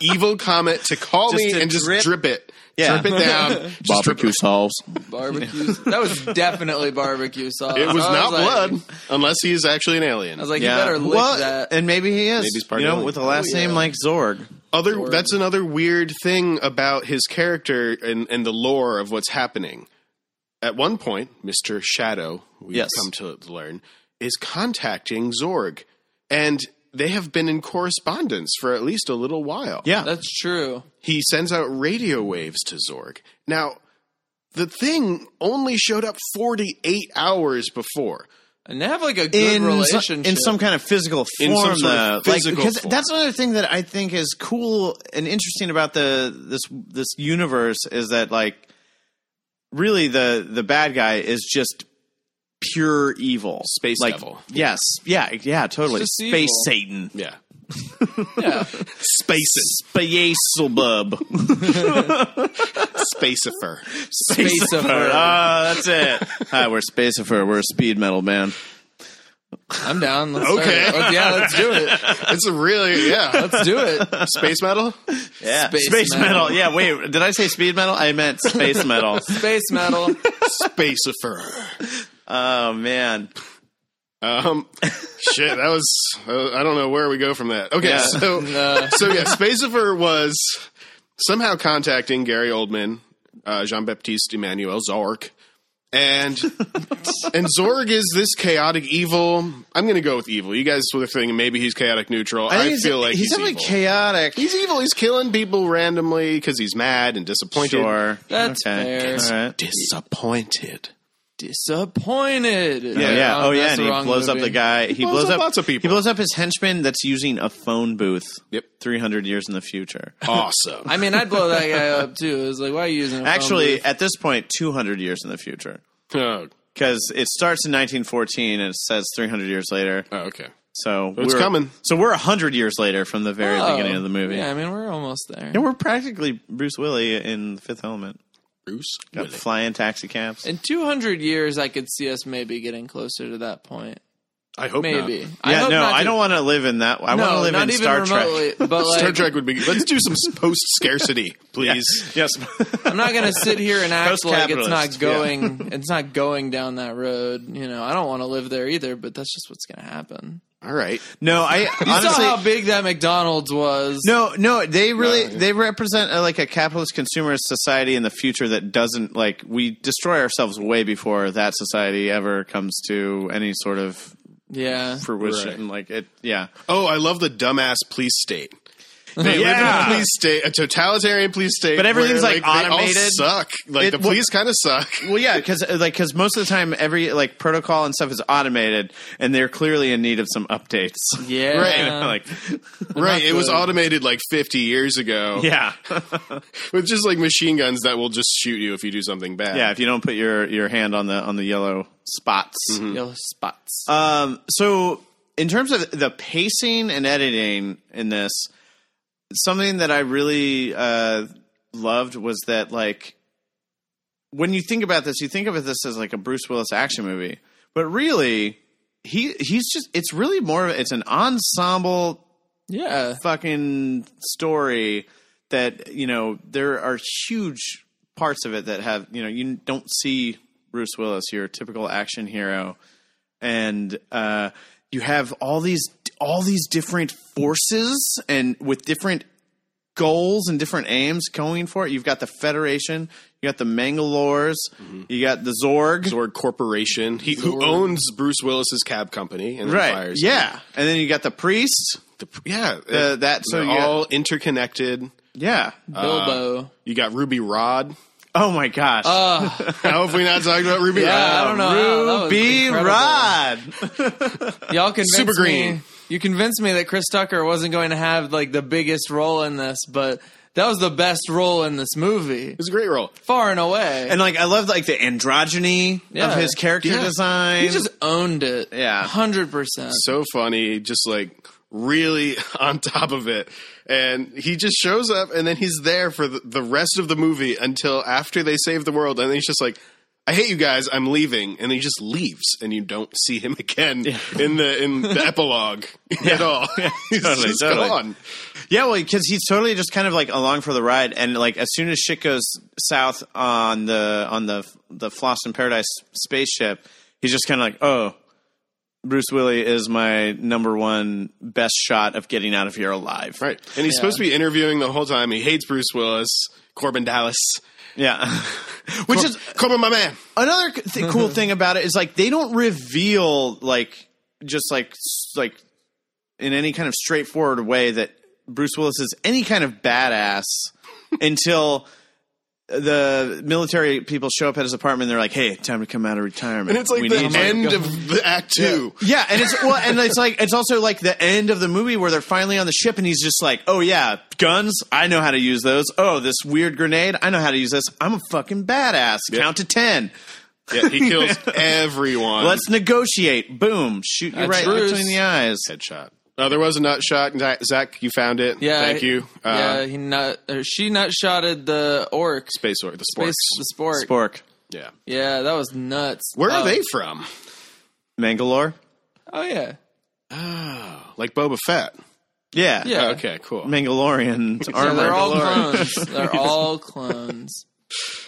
evil comet to call Just me to and just drip- drip, it. Yeah. Drip it down. Just drip it. sauce. Barbecue. that was definitely barbecue sauce. It was I not like- blood, unless he is actually an alien. I was like, Yeah, you better lick well, that. and maybe he is. Maybe he's part you know, alien. with a last Oh, yeah. name like Zorg. other that's another weird thing about his character and, and the lore of what's happening at one point mr shadow we've Yes. come to learn is contacting zorg and they have been in correspondence for at least a little while Yeah, That's true. he sends out radio waves to zorg now the thing only showed up 48 hours before And they have like a good in some, relationship. in some kind of physical form, In some sort though. of physical because form. that's another thing that I think is cool and interesting about the this this universe is that like really the the bad guy is just pure evil, Space like, devil. Yes, yeah, yeah, totally. It's just Space evil. Satan, Yeah. Yeah. Spaces. Spacelbub, Spacifer. Uh, Spacifer. Ah, that's it. Hi, we're Spacifer. We're a speed metal band. I'm down. Let's Okay. start it. Oh, yeah, let's do it. It's a really, yeah. Let's do it. Space metal? Yeah, Space metal. Yeah, wait, did I say speed metal? I meant space metal. Space metal. Spacifer. oh man, Um, shit, that was uh, I don't know where we go from that. Okay, Yeah. so Uh, so yeah, Spacifer was somehow contacting Gary Oldman, uh, Jean Baptiste Emmanuel Zorg, and and Zorg is this chaotic evil. I'm going to go with evil. You guys were thinking maybe he's chaotic neutral. I, think feel like he's, he's, definitely evil. chaotic. he's evil. He's killing people randomly because he's mad and disappointed. Sure, That's fair. All right. Disappointed. disappointed. Yeah, yeah. Um, Oh, yeah. that's And the he wrong blows up movie. the guy. He, blows blows up up lots of people. He blows up his henchman that's using a phone booth. Yep. 300 years in the future. Awesome. I mean, I'd blow that guy up too. It was like, why are you using? A phone Actually, booth? at this point, 200 years in the future. oh, Because it starts in 1914 and it says 300 years later. oh, okay. So It's we're- coming. So we're 100 years later from the very Oh. beginning of the movie. Yeah, I mean, we're almost there. And we're practically Bruce Willie in Fifth Element. Bruce. Got flying taxi cabs. In 200 years, I could see us maybe getting closer to that point. I hope not. Maybe. I yeah, hope no, not I to- don't want to live in that. I No, want to live not in even Star remotely. Trek. But like, Star Trek would be. Let's do some post scarcity, please. Yes. I'm not going to sit here and act like it's not Post-capitalist, going. It's not going down that road. You know, I don't want to live there either. But that's just what's going to happen. All right. no, I You honestly saw how big that McDonald's was. No, no, they really they represent a, like a capitalist consumerist society in the future that doesn't like we destroy ourselves way before that society ever comes to any sort of Yeah. fruition. Like it, yeah, Oh, I love the dumbass police state. They live in a police state, a totalitarian police state, But everything's, where, like, they all automated. suck. Like It- the police kind of suck. Well, yeah, because like because most of the time every like protocol and stuff is automated, and they're clearly in need of some updates. Yeah. Right, like right. It was good. automated like 50 years ago. yeah, With just like machine guns that will just shoot you if you do something bad. yeah. If you don't put your your hand on the on the yellow spots, Yellow spots. Um, so in terms of the pacing and editing in this, something that I really uh, loved was that like when you think about this, you think of this as like a Bruce Willis action movie, but really he he's just it's really more of it's an ensemble yeah. fucking story that you know there are huge parts of it that have you know you don't see Bruce Willis your typical action hero and uh you have all these all these different forces and with different goals and different aims going for it you've got the federation you got the mangalores you got the zorg Mm-hmm. Zorg Corporation, he, who owns Bruce Willis's cab company, and then right fires him. yeah and then you got the priest The- yeah. Uh, that- so they're you got- all uh, interconnected. yeah Bilbo. You got Ruby Rod. oh my gosh How have we not talked about Ruby Yeah, I Rod? don't know. how- that was ruby incredible. rod Y'all convinced Super Me, green. you convinced me that Chris Tucker wasn't going to have like the biggest role in this, but that was the best role in this movie, It's a great role. far and away. And like I love like the androgyny Yeah. of his character Yeah. design. he just owned it. Yeah. hundred percent. so funny, just like really on top of it. And he just shows up and then he's there for the, the rest of the movie until after they save the world. And then he's just like, I hate you guys, I'm leaving. And he just leaves and you don't see him again in the in the epilogue at all. he's totally, just totally. gone. yeah, well, because he's totally just kind of like along for the ride, and like as soon as shit goes south on the on the the Floss in Paradise spaceship, he's just kind of like, oh, Bruce Willie is my number one best shot of getting out of here alive. Right. And he's supposed to be interviewing the whole time. He hates Bruce Willis, Corbin Dallas. Yeah, which is Corbin, my man. another c- th- cool Mm-hmm. thing about it is like they don't reveal like just like s- like in any kind of straightforward way that Bruce Willis is any kind of badass until the military people show up at his apartment. They're like, "Hey, time to come out of retirement." And it's like We the need you." end of the act two. Yeah, and it's well, and it's like it's also like the end of the movie where they're finally on the ship, and he's just like, "Oh yeah, guns, I know how to use those. Oh, this weird grenade, I know how to use this. I'm a fucking badass. Count to ten. Yeah, he kills everyone. Let's negotiate. Boom, shoot you That's right Bruce. between the eyes. headshot. Oh, there was a nut shot. Zach, you found it. Yeah, thank you. Uh, yeah, he nut or she nut shotted the orc. Space or the sports. Space, the spork. Spork, Yeah. Yeah, that was nuts. Where Oh, are they from? Mangalore. Oh yeah, Like Boba Fett. Yeah, yeah. Okay, cool. Mangalorean So armor. they're all clones. They're all clones.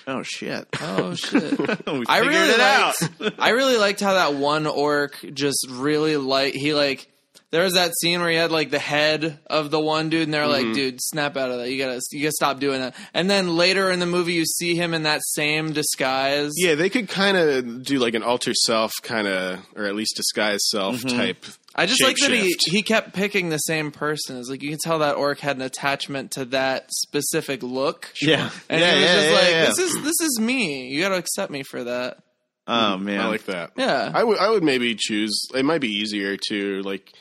oh shit, Oh shit! we figured I really it liked, out. I really liked how that one orc just really like he like. There was that scene where he had like the head of the one dude, and they're Mm-hmm. like, "Dude, snap out of that! You gotta, you gotta stop doing that." And then later in the movie, you see him in that same disguise. Yeah, they could kind of do like an alter self kind of, or at least disguise self Mm-hmm. type. I just like that he, shapeshift. he kept picking the same person. It's like you can tell that orc had an attachment to that specific look. Yeah, And yeah, he was yeah, just yeah, like, yeah. This is this is me. You gotta accept me for that. Oh man, I like that. Yeah. I would I would maybe choose. It might be easier to like.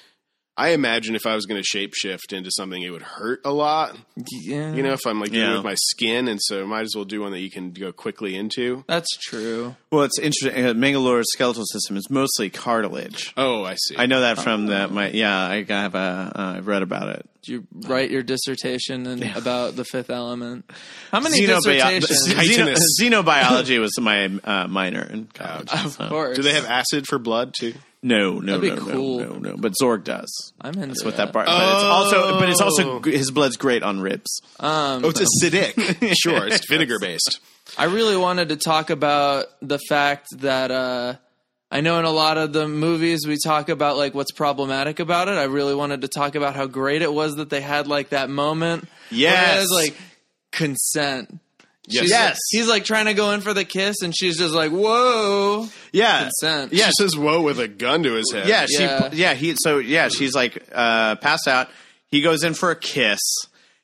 I imagine if I was going to shapeshift into something, it would hurt a lot. Mm. Yeah. You know, if I'm like doing Yeah. it with my skin, and so might as well do one that you can go quickly into. That's true. Well, it's interesting. Uh, Mangalore's skeletal system is mostly cartilage. Oh, I see. I know that from the my yeah. I have a uh, I've read about it. Did you write your dissertation and, about the fifth element? How many Xenobio- dissertations? Xeno- Chitinous. Xenobiology was my uh, minor in college. of course. Do they have acid for blood too? No, no, That'd be no, cool. no, no, no. But Zorg does. I'm into That's what that that. part. But it's also, but it's also g- his blood's great on ribs. Oh, it's acidic. sure, it's vinegar based. I really wanted to talk about the fact that uh, I know in a lot of the movies we talk about like what's problematic about it. I really wanted to talk about how great it was that they had like that moment. where it Yes. was, like consent. Yes. She's- Yes. he's like trying to go in for the kiss, and she's just like, "Whoa!" yeah, Consent. yeah, She says "whoa" with a gun to his head. yeah. She, yeah. Yeah. He. So yeah, she's like uh, passed out. He goes in for a kiss.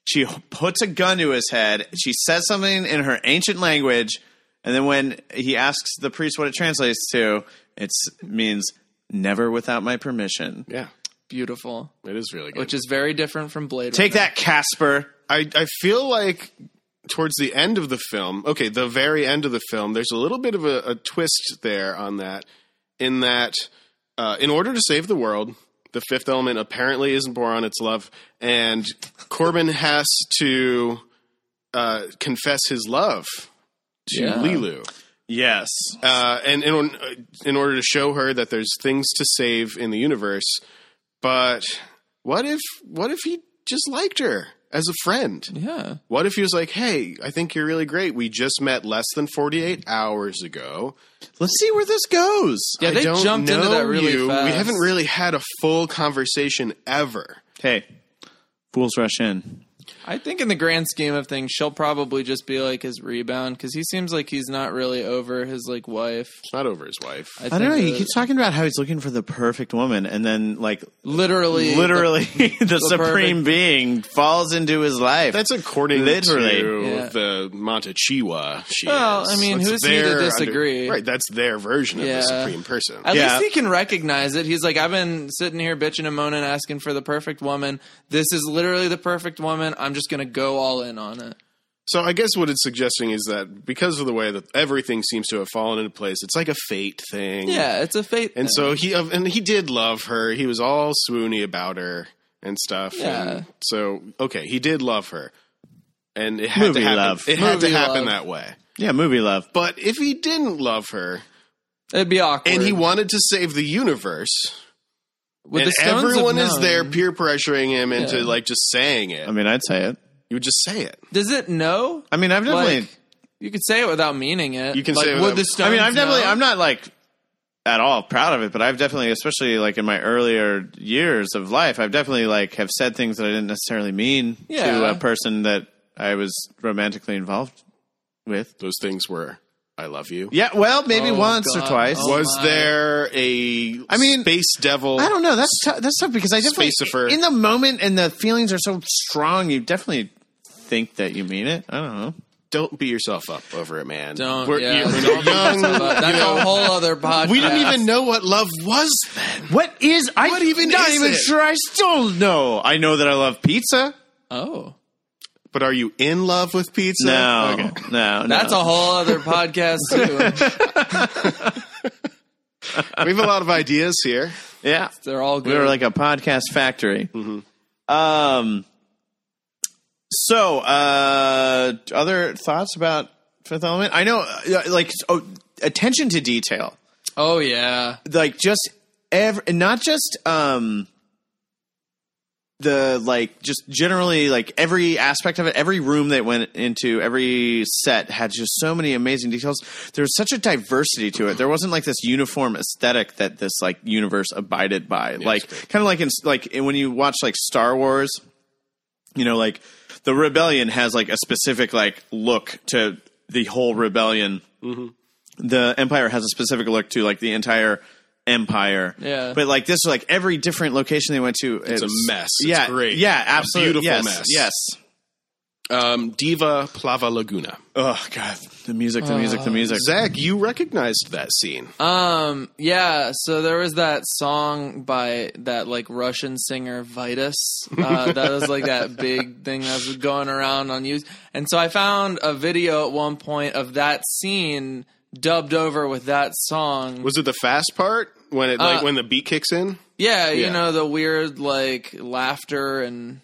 She puts a gun to his head. She says something in her ancient language, and then when he asks the priest what it translates to, it means "never without my permission." yeah, Beautiful, it is really good. which is very different from Blade. Take Runner. that, Casper. I, I feel like towards the end of the film, okay, the very end of the film, there's a little bit of a, a twist there on that, in that uh, in order to save the world, the fifth element apparently isn't boron, it's love, and Corbin has to uh, confess his love to Yeah. Lilu. Yes. Uh, and in, or- in order to show her that there's things to save in the universe, but what if what if he just liked her as a friend? Yeah, What if he was like, hey, I think you're really great. We just met less than 48 hours ago. Let's see where this goes. yeah. I They don't jumped into know that really you. fast. We haven't really had a full conversation ever. Hey, fools rush in. I think in the grand scheme of things, she'll probably just be like his rebound because he seems like he's not really over his like wife. It's not over his wife. I don't know. think He that- keeps talking about how he's looking for the perfect woman, and then like literally, literally, the, supreme perfect- being falls into his life. That's according Literally. to Yeah. the Montechiwa. She Well, is. I mean, That's who's he to their disagree? right, that's their version of Yeah. the supreme person. At Yeah. least he can recognize it. He's like, I've been sitting here bitching and moaning, asking for the perfect woman. This is literally the perfect woman. I'm just gonna go all in on it. So I guess what it's suggesting is that because of the way that everything seems to have fallen into place, it's like a fate thing. Yeah, it's a fate. And thing. so he uh, and he did love her. He was all swoony about her and stuff. Yeah. And so okay, he did love her, and it had Movie to happen. love. It had to Movie happen love. that way. yeah, movie love. But if he didn't love her it'd be awkward. and he wanted to save the universe, With and the stones of everyone is known. there peer pressuring him into Yeah. like just saying it, I mean, I'd say it. you would just say it. Does it know? I mean, I've definitely. Like, you could say it without meaning it. You can Like, say it would without- the stones I mean, I've definitely. know? I'm not like at all proud of it, but I've definitely, especially like in my earlier years of life, I've definitely like have said things that I didn't necessarily mean to Yeah. a person that I was romantically involved with. Those things were, I love you. Yeah, well, maybe Oh, once or God. twice. Oh, Was my. there a I mean, space devil? I don't know. That's tou- that's tough because I definitely Spacifer. in the moment and the feelings are so strong. You definitely think that you mean it. I don't know. don't beat yourself up over it, man. Don't. We're, yeah, you- we're don't beat young. yourself up. That's you know, a whole other podcast. we didn't even know what love was then. What is? I'm What even not is even it? sure. I still know. I know that I love pizza. Oh, But are you in love with pizza? No, Okay. no, no. that's a whole other podcast too. We have a lot of ideas here. yeah. They're all good. We were like a podcast factory. Mm-hmm. Um. So, uh, other thoughts about Fifth Element? I know, uh, like, oh, attention to detail. oh yeah, like just ev- and not just um the like just generally like every aspect of it every room that went into every set had just so many amazing details there was such a diversity to it there wasn't like this uniform aesthetic that this like universe abided by like kind of like in like when you watch like star wars you know like the rebellion has like a specific like look to the whole rebellion the empire has a specific look to like the entire empire. Yeah. But like this, like every different location they went to, it's a mess. It's yeah, great. Yeah, A absolutely. beautiful yes, mess. Yes. Um, Diva Plava Laguna. Oh god, the music, the music, the music. Zach, you recognized that scene. um, yeah. So there was that song by that like Russian singer Vitus. Uh, that was like that big thing that was going around on YouTube. And so I found a video at one point of that scene dubbed over with that song. Was it the fast part when it like Uh, when the beat kicks in? Yeah, you Yeah. know the weird like laughter and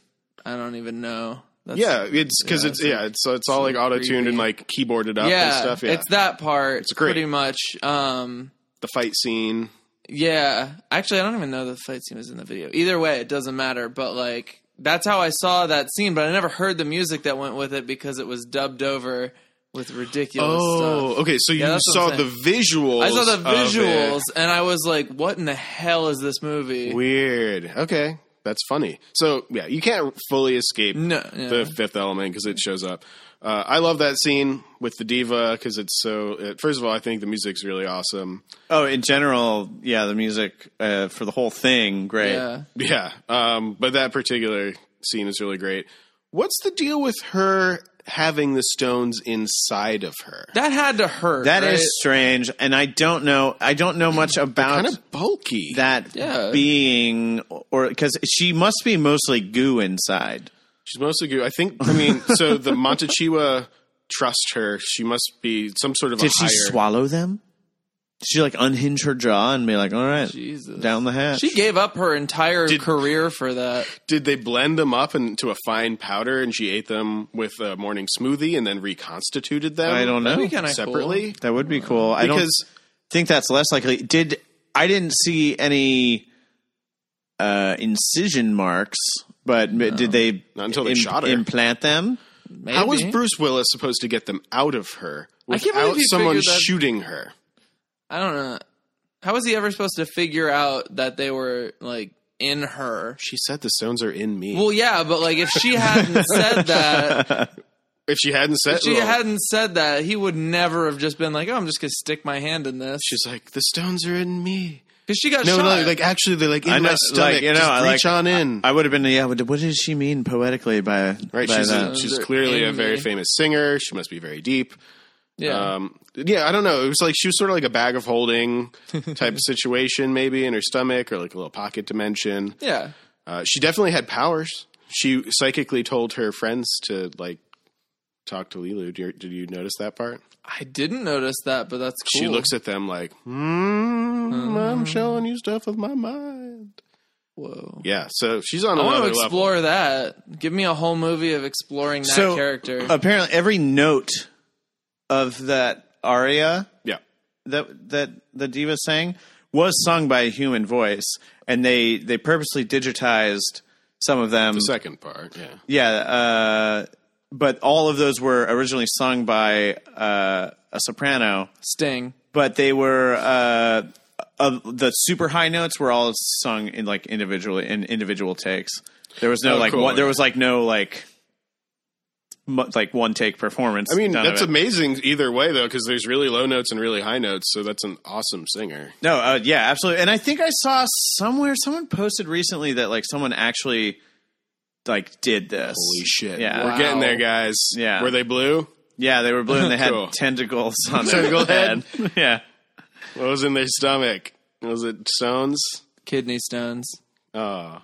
I don't even know. That's, Yeah, it's because yeah, it's, it's yeah, it's it's all like creepy. auto tuned and like keyboarded up and yeah, stuff. Yeah, it's that part. It's great. pretty much. Um, the fight scene. yeah, actually, I don't even know the fight scene was in the video. Either way, it doesn't matter. But like, that's how I saw that scene. But I never heard the music that went with it because it was dubbed over with ridiculous. Oh, stuff. okay. So you Yeah, that's what saw I'm the visuals. I saw the of it. visuals and I was like, "What in the hell is this movie?" Weird. Okay, that's funny. So yeah, you can't fully escape no, yeah. the fifth element because it shows up. Uh, I love that scene with the diva because it's so. It, first of all, I think the music's really awesome. Oh, in general, yeah, the music uh, for the whole thing, great. yeah. Yeah, um, but that particular scene is really great. What's the deal with her having the stones inside of her? That had to hurt. That is right? strange, and I don't know. I don't know much about kind of bulky. that Yeah. being, or because she must be mostly goo inside. She's mostly goo. I think. I mean, so the Montechiwa trust her. She must be some sort of Did a higher. she swallow them? Did she like unhinge her jaw and be like, "All right, Jesus. down the hatch"? She gave up her entire Did- career for that. Did they blend them up into a fine powder, and she ate them with a morning smoothie, and then reconstituted them? I don't know. be kinda cool. separately. That would be cool. I don't Because think that's less likely. Did I didn't see any uh, incision marks, but m did they Not until they shot her. implant them? Maybe. how was Bruce Willis supposed to get them out of her I can't believe without he someone figured that- shooting her? I don't know. How was he ever supposed to figure out that they were like in her? She said the stones are in me. Well, yeah, but like if she hadn't said that, if she hadn't said, if she well, hadn't said that, he would never have just been like, "Oh, I'm just gonna stick my hand in this." she's like the stones are in me. Because she got No, shot. no, like actually, they're like in I know, my stomach. like, you know, Just I reach like- on in. I would have been. Yeah. What what did she mean poetically by Right, by she's, that? a, she's They're clearly a in very me. famous singer. She must be very deep. yeah, Um, yeah, I don't know. It was like she was sort of like a bag of holding type of situation, maybe in her stomach or like a little pocket dimension. yeah. Uh, she definitely had powers. She psychically told her friends to like talk to Lilu. Did you, did you notice that part? I didn't notice that, but that's cool. She looks at them like, mm, "I'm showing you stuff with my mind." Whoa. Yeah, so she's on I want another to level. explore that. Give me a whole movie of exploring that So, character. uh, Apparently, every note of that aria Yeah, that that the diva sang was sung by a human voice, and they they purposely digitized some of them. the second part. Yeah, yeah, uh, but all of those were originally sung by uh, a soprano, Sting. but they were uh, of the super high notes were all sung in like individually in individual takes. There was no Oh, like cool. one, there was like no like mu- like one take performance. I mean done of that's it. amazing either way though, because there's really low notes and really high notes. So that's an awesome singer. No, uh, yeah, absolutely. And I think I saw somewhere someone posted recently that like someone actually like did this. Holy shit. Yeah. We're Wow. getting there, guys. Yeah. Were they blue? Yeah, they were blue and they had Cool. tentacles on Tentacle their head. head. yeah. What was in their stomach? Was it stones? Kidney stones. Oh.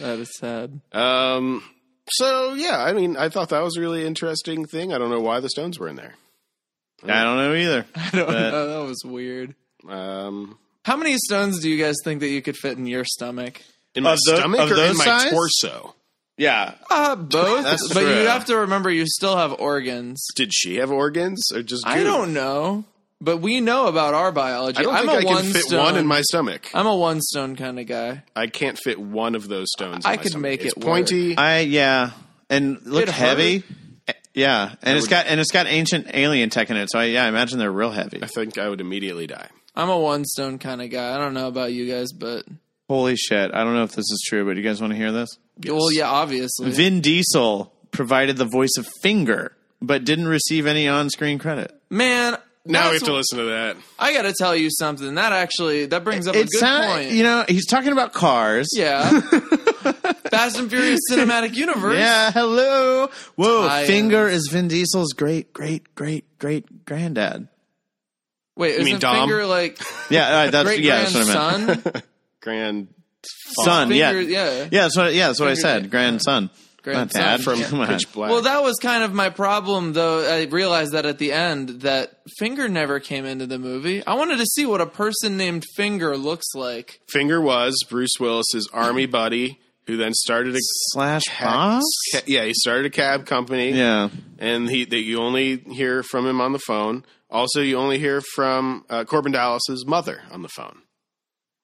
That is sad. Um, so yeah, I mean, I thought that was a really interesting thing. I don't know why the stones were in there. I don't know either. oh, that was weird. Um, How many stones do you guys think that you could fit in your stomach? in my Of tho- stomach of or in those my size? torso? Yeah. Uh, both. That's but true. you have to remember you still have organs. Did she have organs or just? I goo? don't know, but we know about our biology. I don't am think I a one can fit stone, one in my stomach. I'm a one stone kind of guy. I can't fit one of those stones. I in my could stomach. make It's it work. pointy. I yeah. And look It hurt. heavy. Eh, Yeah. And it's got and it's got ancient alien tech in it. So I, yeah, I imagine they're real heavy. I think I would immediately die. I'm a one stone kind of guy. I don't know about you guys, but Holy shit. I don't know if this is true, but you guys want to hear this? well, yeah, obviously. Vin Diesel provided the voice of Finger, but didn't receive any on-screen credit. Man, Now we that's- have to listen to that. I got to tell you something. That actually that brings up a good sound- point. you know, he's talking about cars. yeah. Fast and Furious cinematic universe. Yeah, hello. Whoa, Tires. Finger is Vin Diesel's great, great, great, great granddad. Wait, isn't mean Dom? Finger like Yeah, uh, that's great yeah, that's what I meant. grandson? Grand Son, yeah. Finger- yeah. Yeah, that's what yeah, that's what I said. Grandson. Grandson, Not dad. from Come on. Pitch Black. Well, that was kind of my problem, though. I realized that at the end that Finger never came into the movie. I wanted to see what a person named Finger looks like. Finger was Bruce Willis's army buddy, who then started a Slash ca- boss? yeah, he started a cab company. Yeah. and he that you only hear from him on the phone. Also, you only hear from uh, Corbin Dallas's mother on the phone.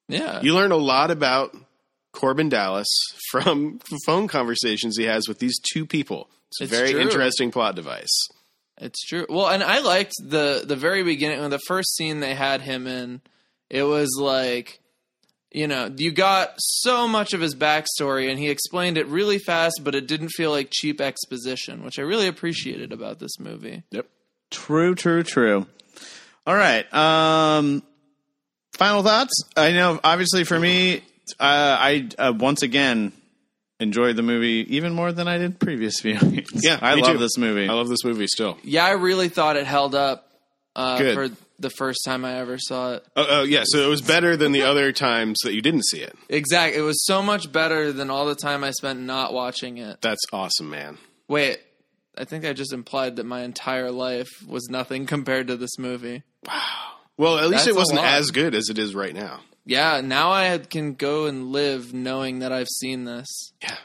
Yeah, You learn a lot about Corbin Dallas from phone conversations he has with these two people. It's a It's very true. interesting plot device. it's true. Well, and I liked the the very beginning when the first scene they had him in. It was like. You know, you got so much of his backstory, and he explained it really fast, but it didn't feel like cheap exposition, which I really appreciated about this movie. True, true, true. All right. Um final thoughts? I know obviously for me uh, I uh, once again enjoyed the movie even more than I did previous viewings. Yeah, I me love too. this movie. I love this movie still. Yeah, I really thought it held up uh, Good. for the first time I ever saw it. Oh, oh, yeah, so it was better than the other times that you didn't see it. Exactly. It was so much better than all the time I spent not watching it. That's awesome, man. Wait, I think I just implied that my entire life was nothing compared to this movie. Well, at least That's it a wasn't lot. as good as it is right now. Yeah, now I can go and live knowing that I've seen this. Yeah.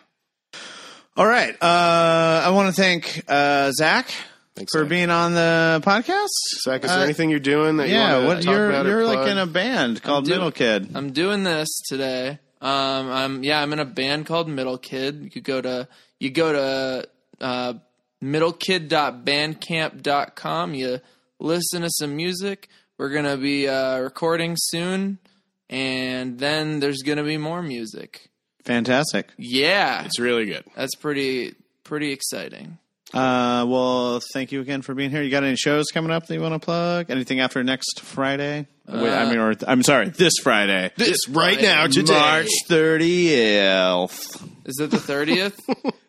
All right. Uh, I want to thank uh, Zach Thanks, for Zach. being on the podcast. Zach, is Uh, there anything you're doing that you Yeah, want what, to talk you're about or you're like plug? in a band called doing- Middle Kid. I'm doing this today. Um, I'm yeah, I'm in a band called Middle Kid. You could go to you go to uh, middlekid.bandcamp.com. You listen to some music. We're gonna be uh, recording soon, and then there's gonna be more music. Fantastic. Yeah, It's really good. that's pretty pretty exciting. Uh, well, thank you again for being here. You got any shows coming up that you want to plug? Anything after next Friday? Wait, I mean, or I'm sorry, this Friday, This right now, today. March 30th. Is it the thirtieth?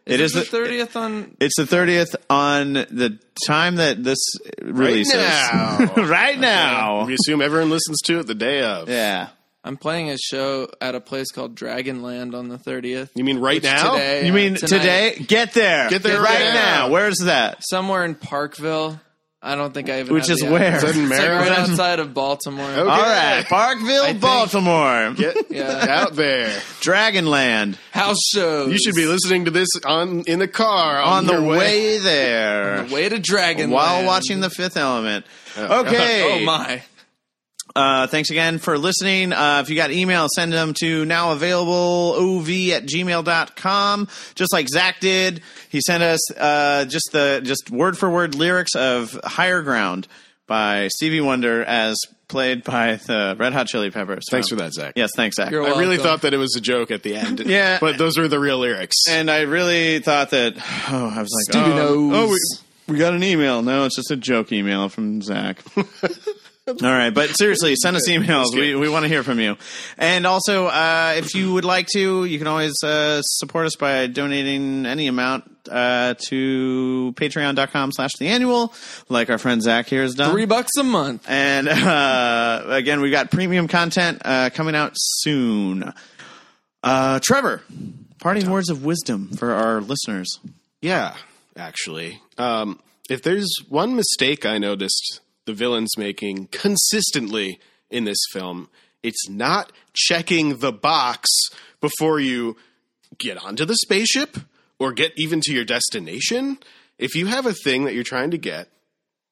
It is the the- thirtieth on. It's the 30th on the time that this releases. now. right now. We assume everyone listens to it the day of. Yeah. I'm playing a show at a place called Dragonland on the thirtieth. You mean right now? Today, You mean tonight. today? Get there. Get there right right now. now. Where's that? somewhere in Parkville. I I don't think I even. Which have is the where? address. Is that in It's like right Maryland? outside of Baltimore. Okay. All right, Parkville, think- Baltimore, Get Yeah. out there. Dragonland House shows. You should be listening to this on in the car on the your way, there way to Dragon while watching The Fifth Element. Okay. Oh my! Uh, thanks again for listening. Uh, if you got email, send them to nowavailableov at gmail.com, just like Zach did. He sent us uh, just the just word for word lyrics of Higher Ground by Stevie Wonder as played by the Red Hot Chili Peppers. Thanks for that, Zach. Yes, thanks, Zach. You're I really welcome. thought that it was a joke at the end. Yeah. But those were the real lyrics. And I really thought that. Oh, I was like, Stevie oh, knows. oh, we, we got an email. No, it's just a joke email from Zach. All right, but seriously, send us emails. We, we want to hear from you. And also, uh, if you would like to, you can always uh, support us by donating any amount uh, to patreon.com slash the annual, like our friend Zach here has done. Three bucks a month. And uh, again, we got premium content uh, coming out soon. Uh, Trevor, parting words of wisdom for our listeners. Yeah, actually. Um, if there's one mistake I noticed the villain's making consistently in this film, it's not checking the box before you get onto the spaceship or get even to your destination. If you have a thing that you're trying to get,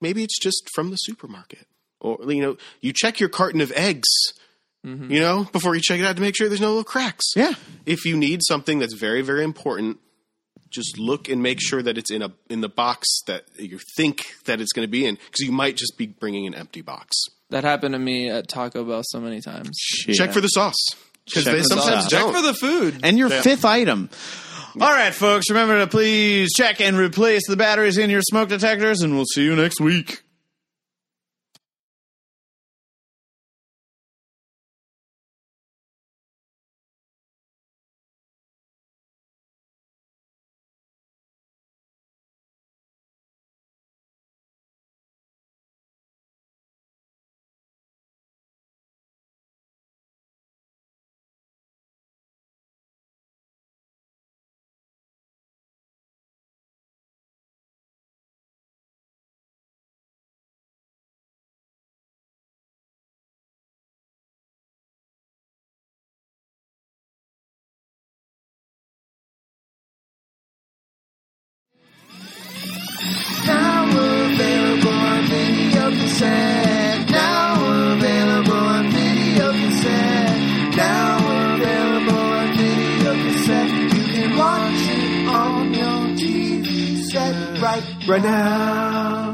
maybe it's just from the supermarket. Or, you know, you check your carton of eggs, you know, before you check it out to make sure there's no little cracks. Mm-hmm. Yeah. If you need something that's very, very important, just look and make sure that it's in a in the box that you think that it's going to be in because you might just be bringing an empty box. That happened to me at Taco Bell so many times. Check for the sauce Check because they for the sometimes sauce. don't. Check for the food. And your fifth item. All right, folks, remember to please check and replace the batteries in your smoke detectors, and we'll see you next week. Now available on video cassette. Now available on video cassette. Now available on video cassette. You can watch it on your TV set right, right now.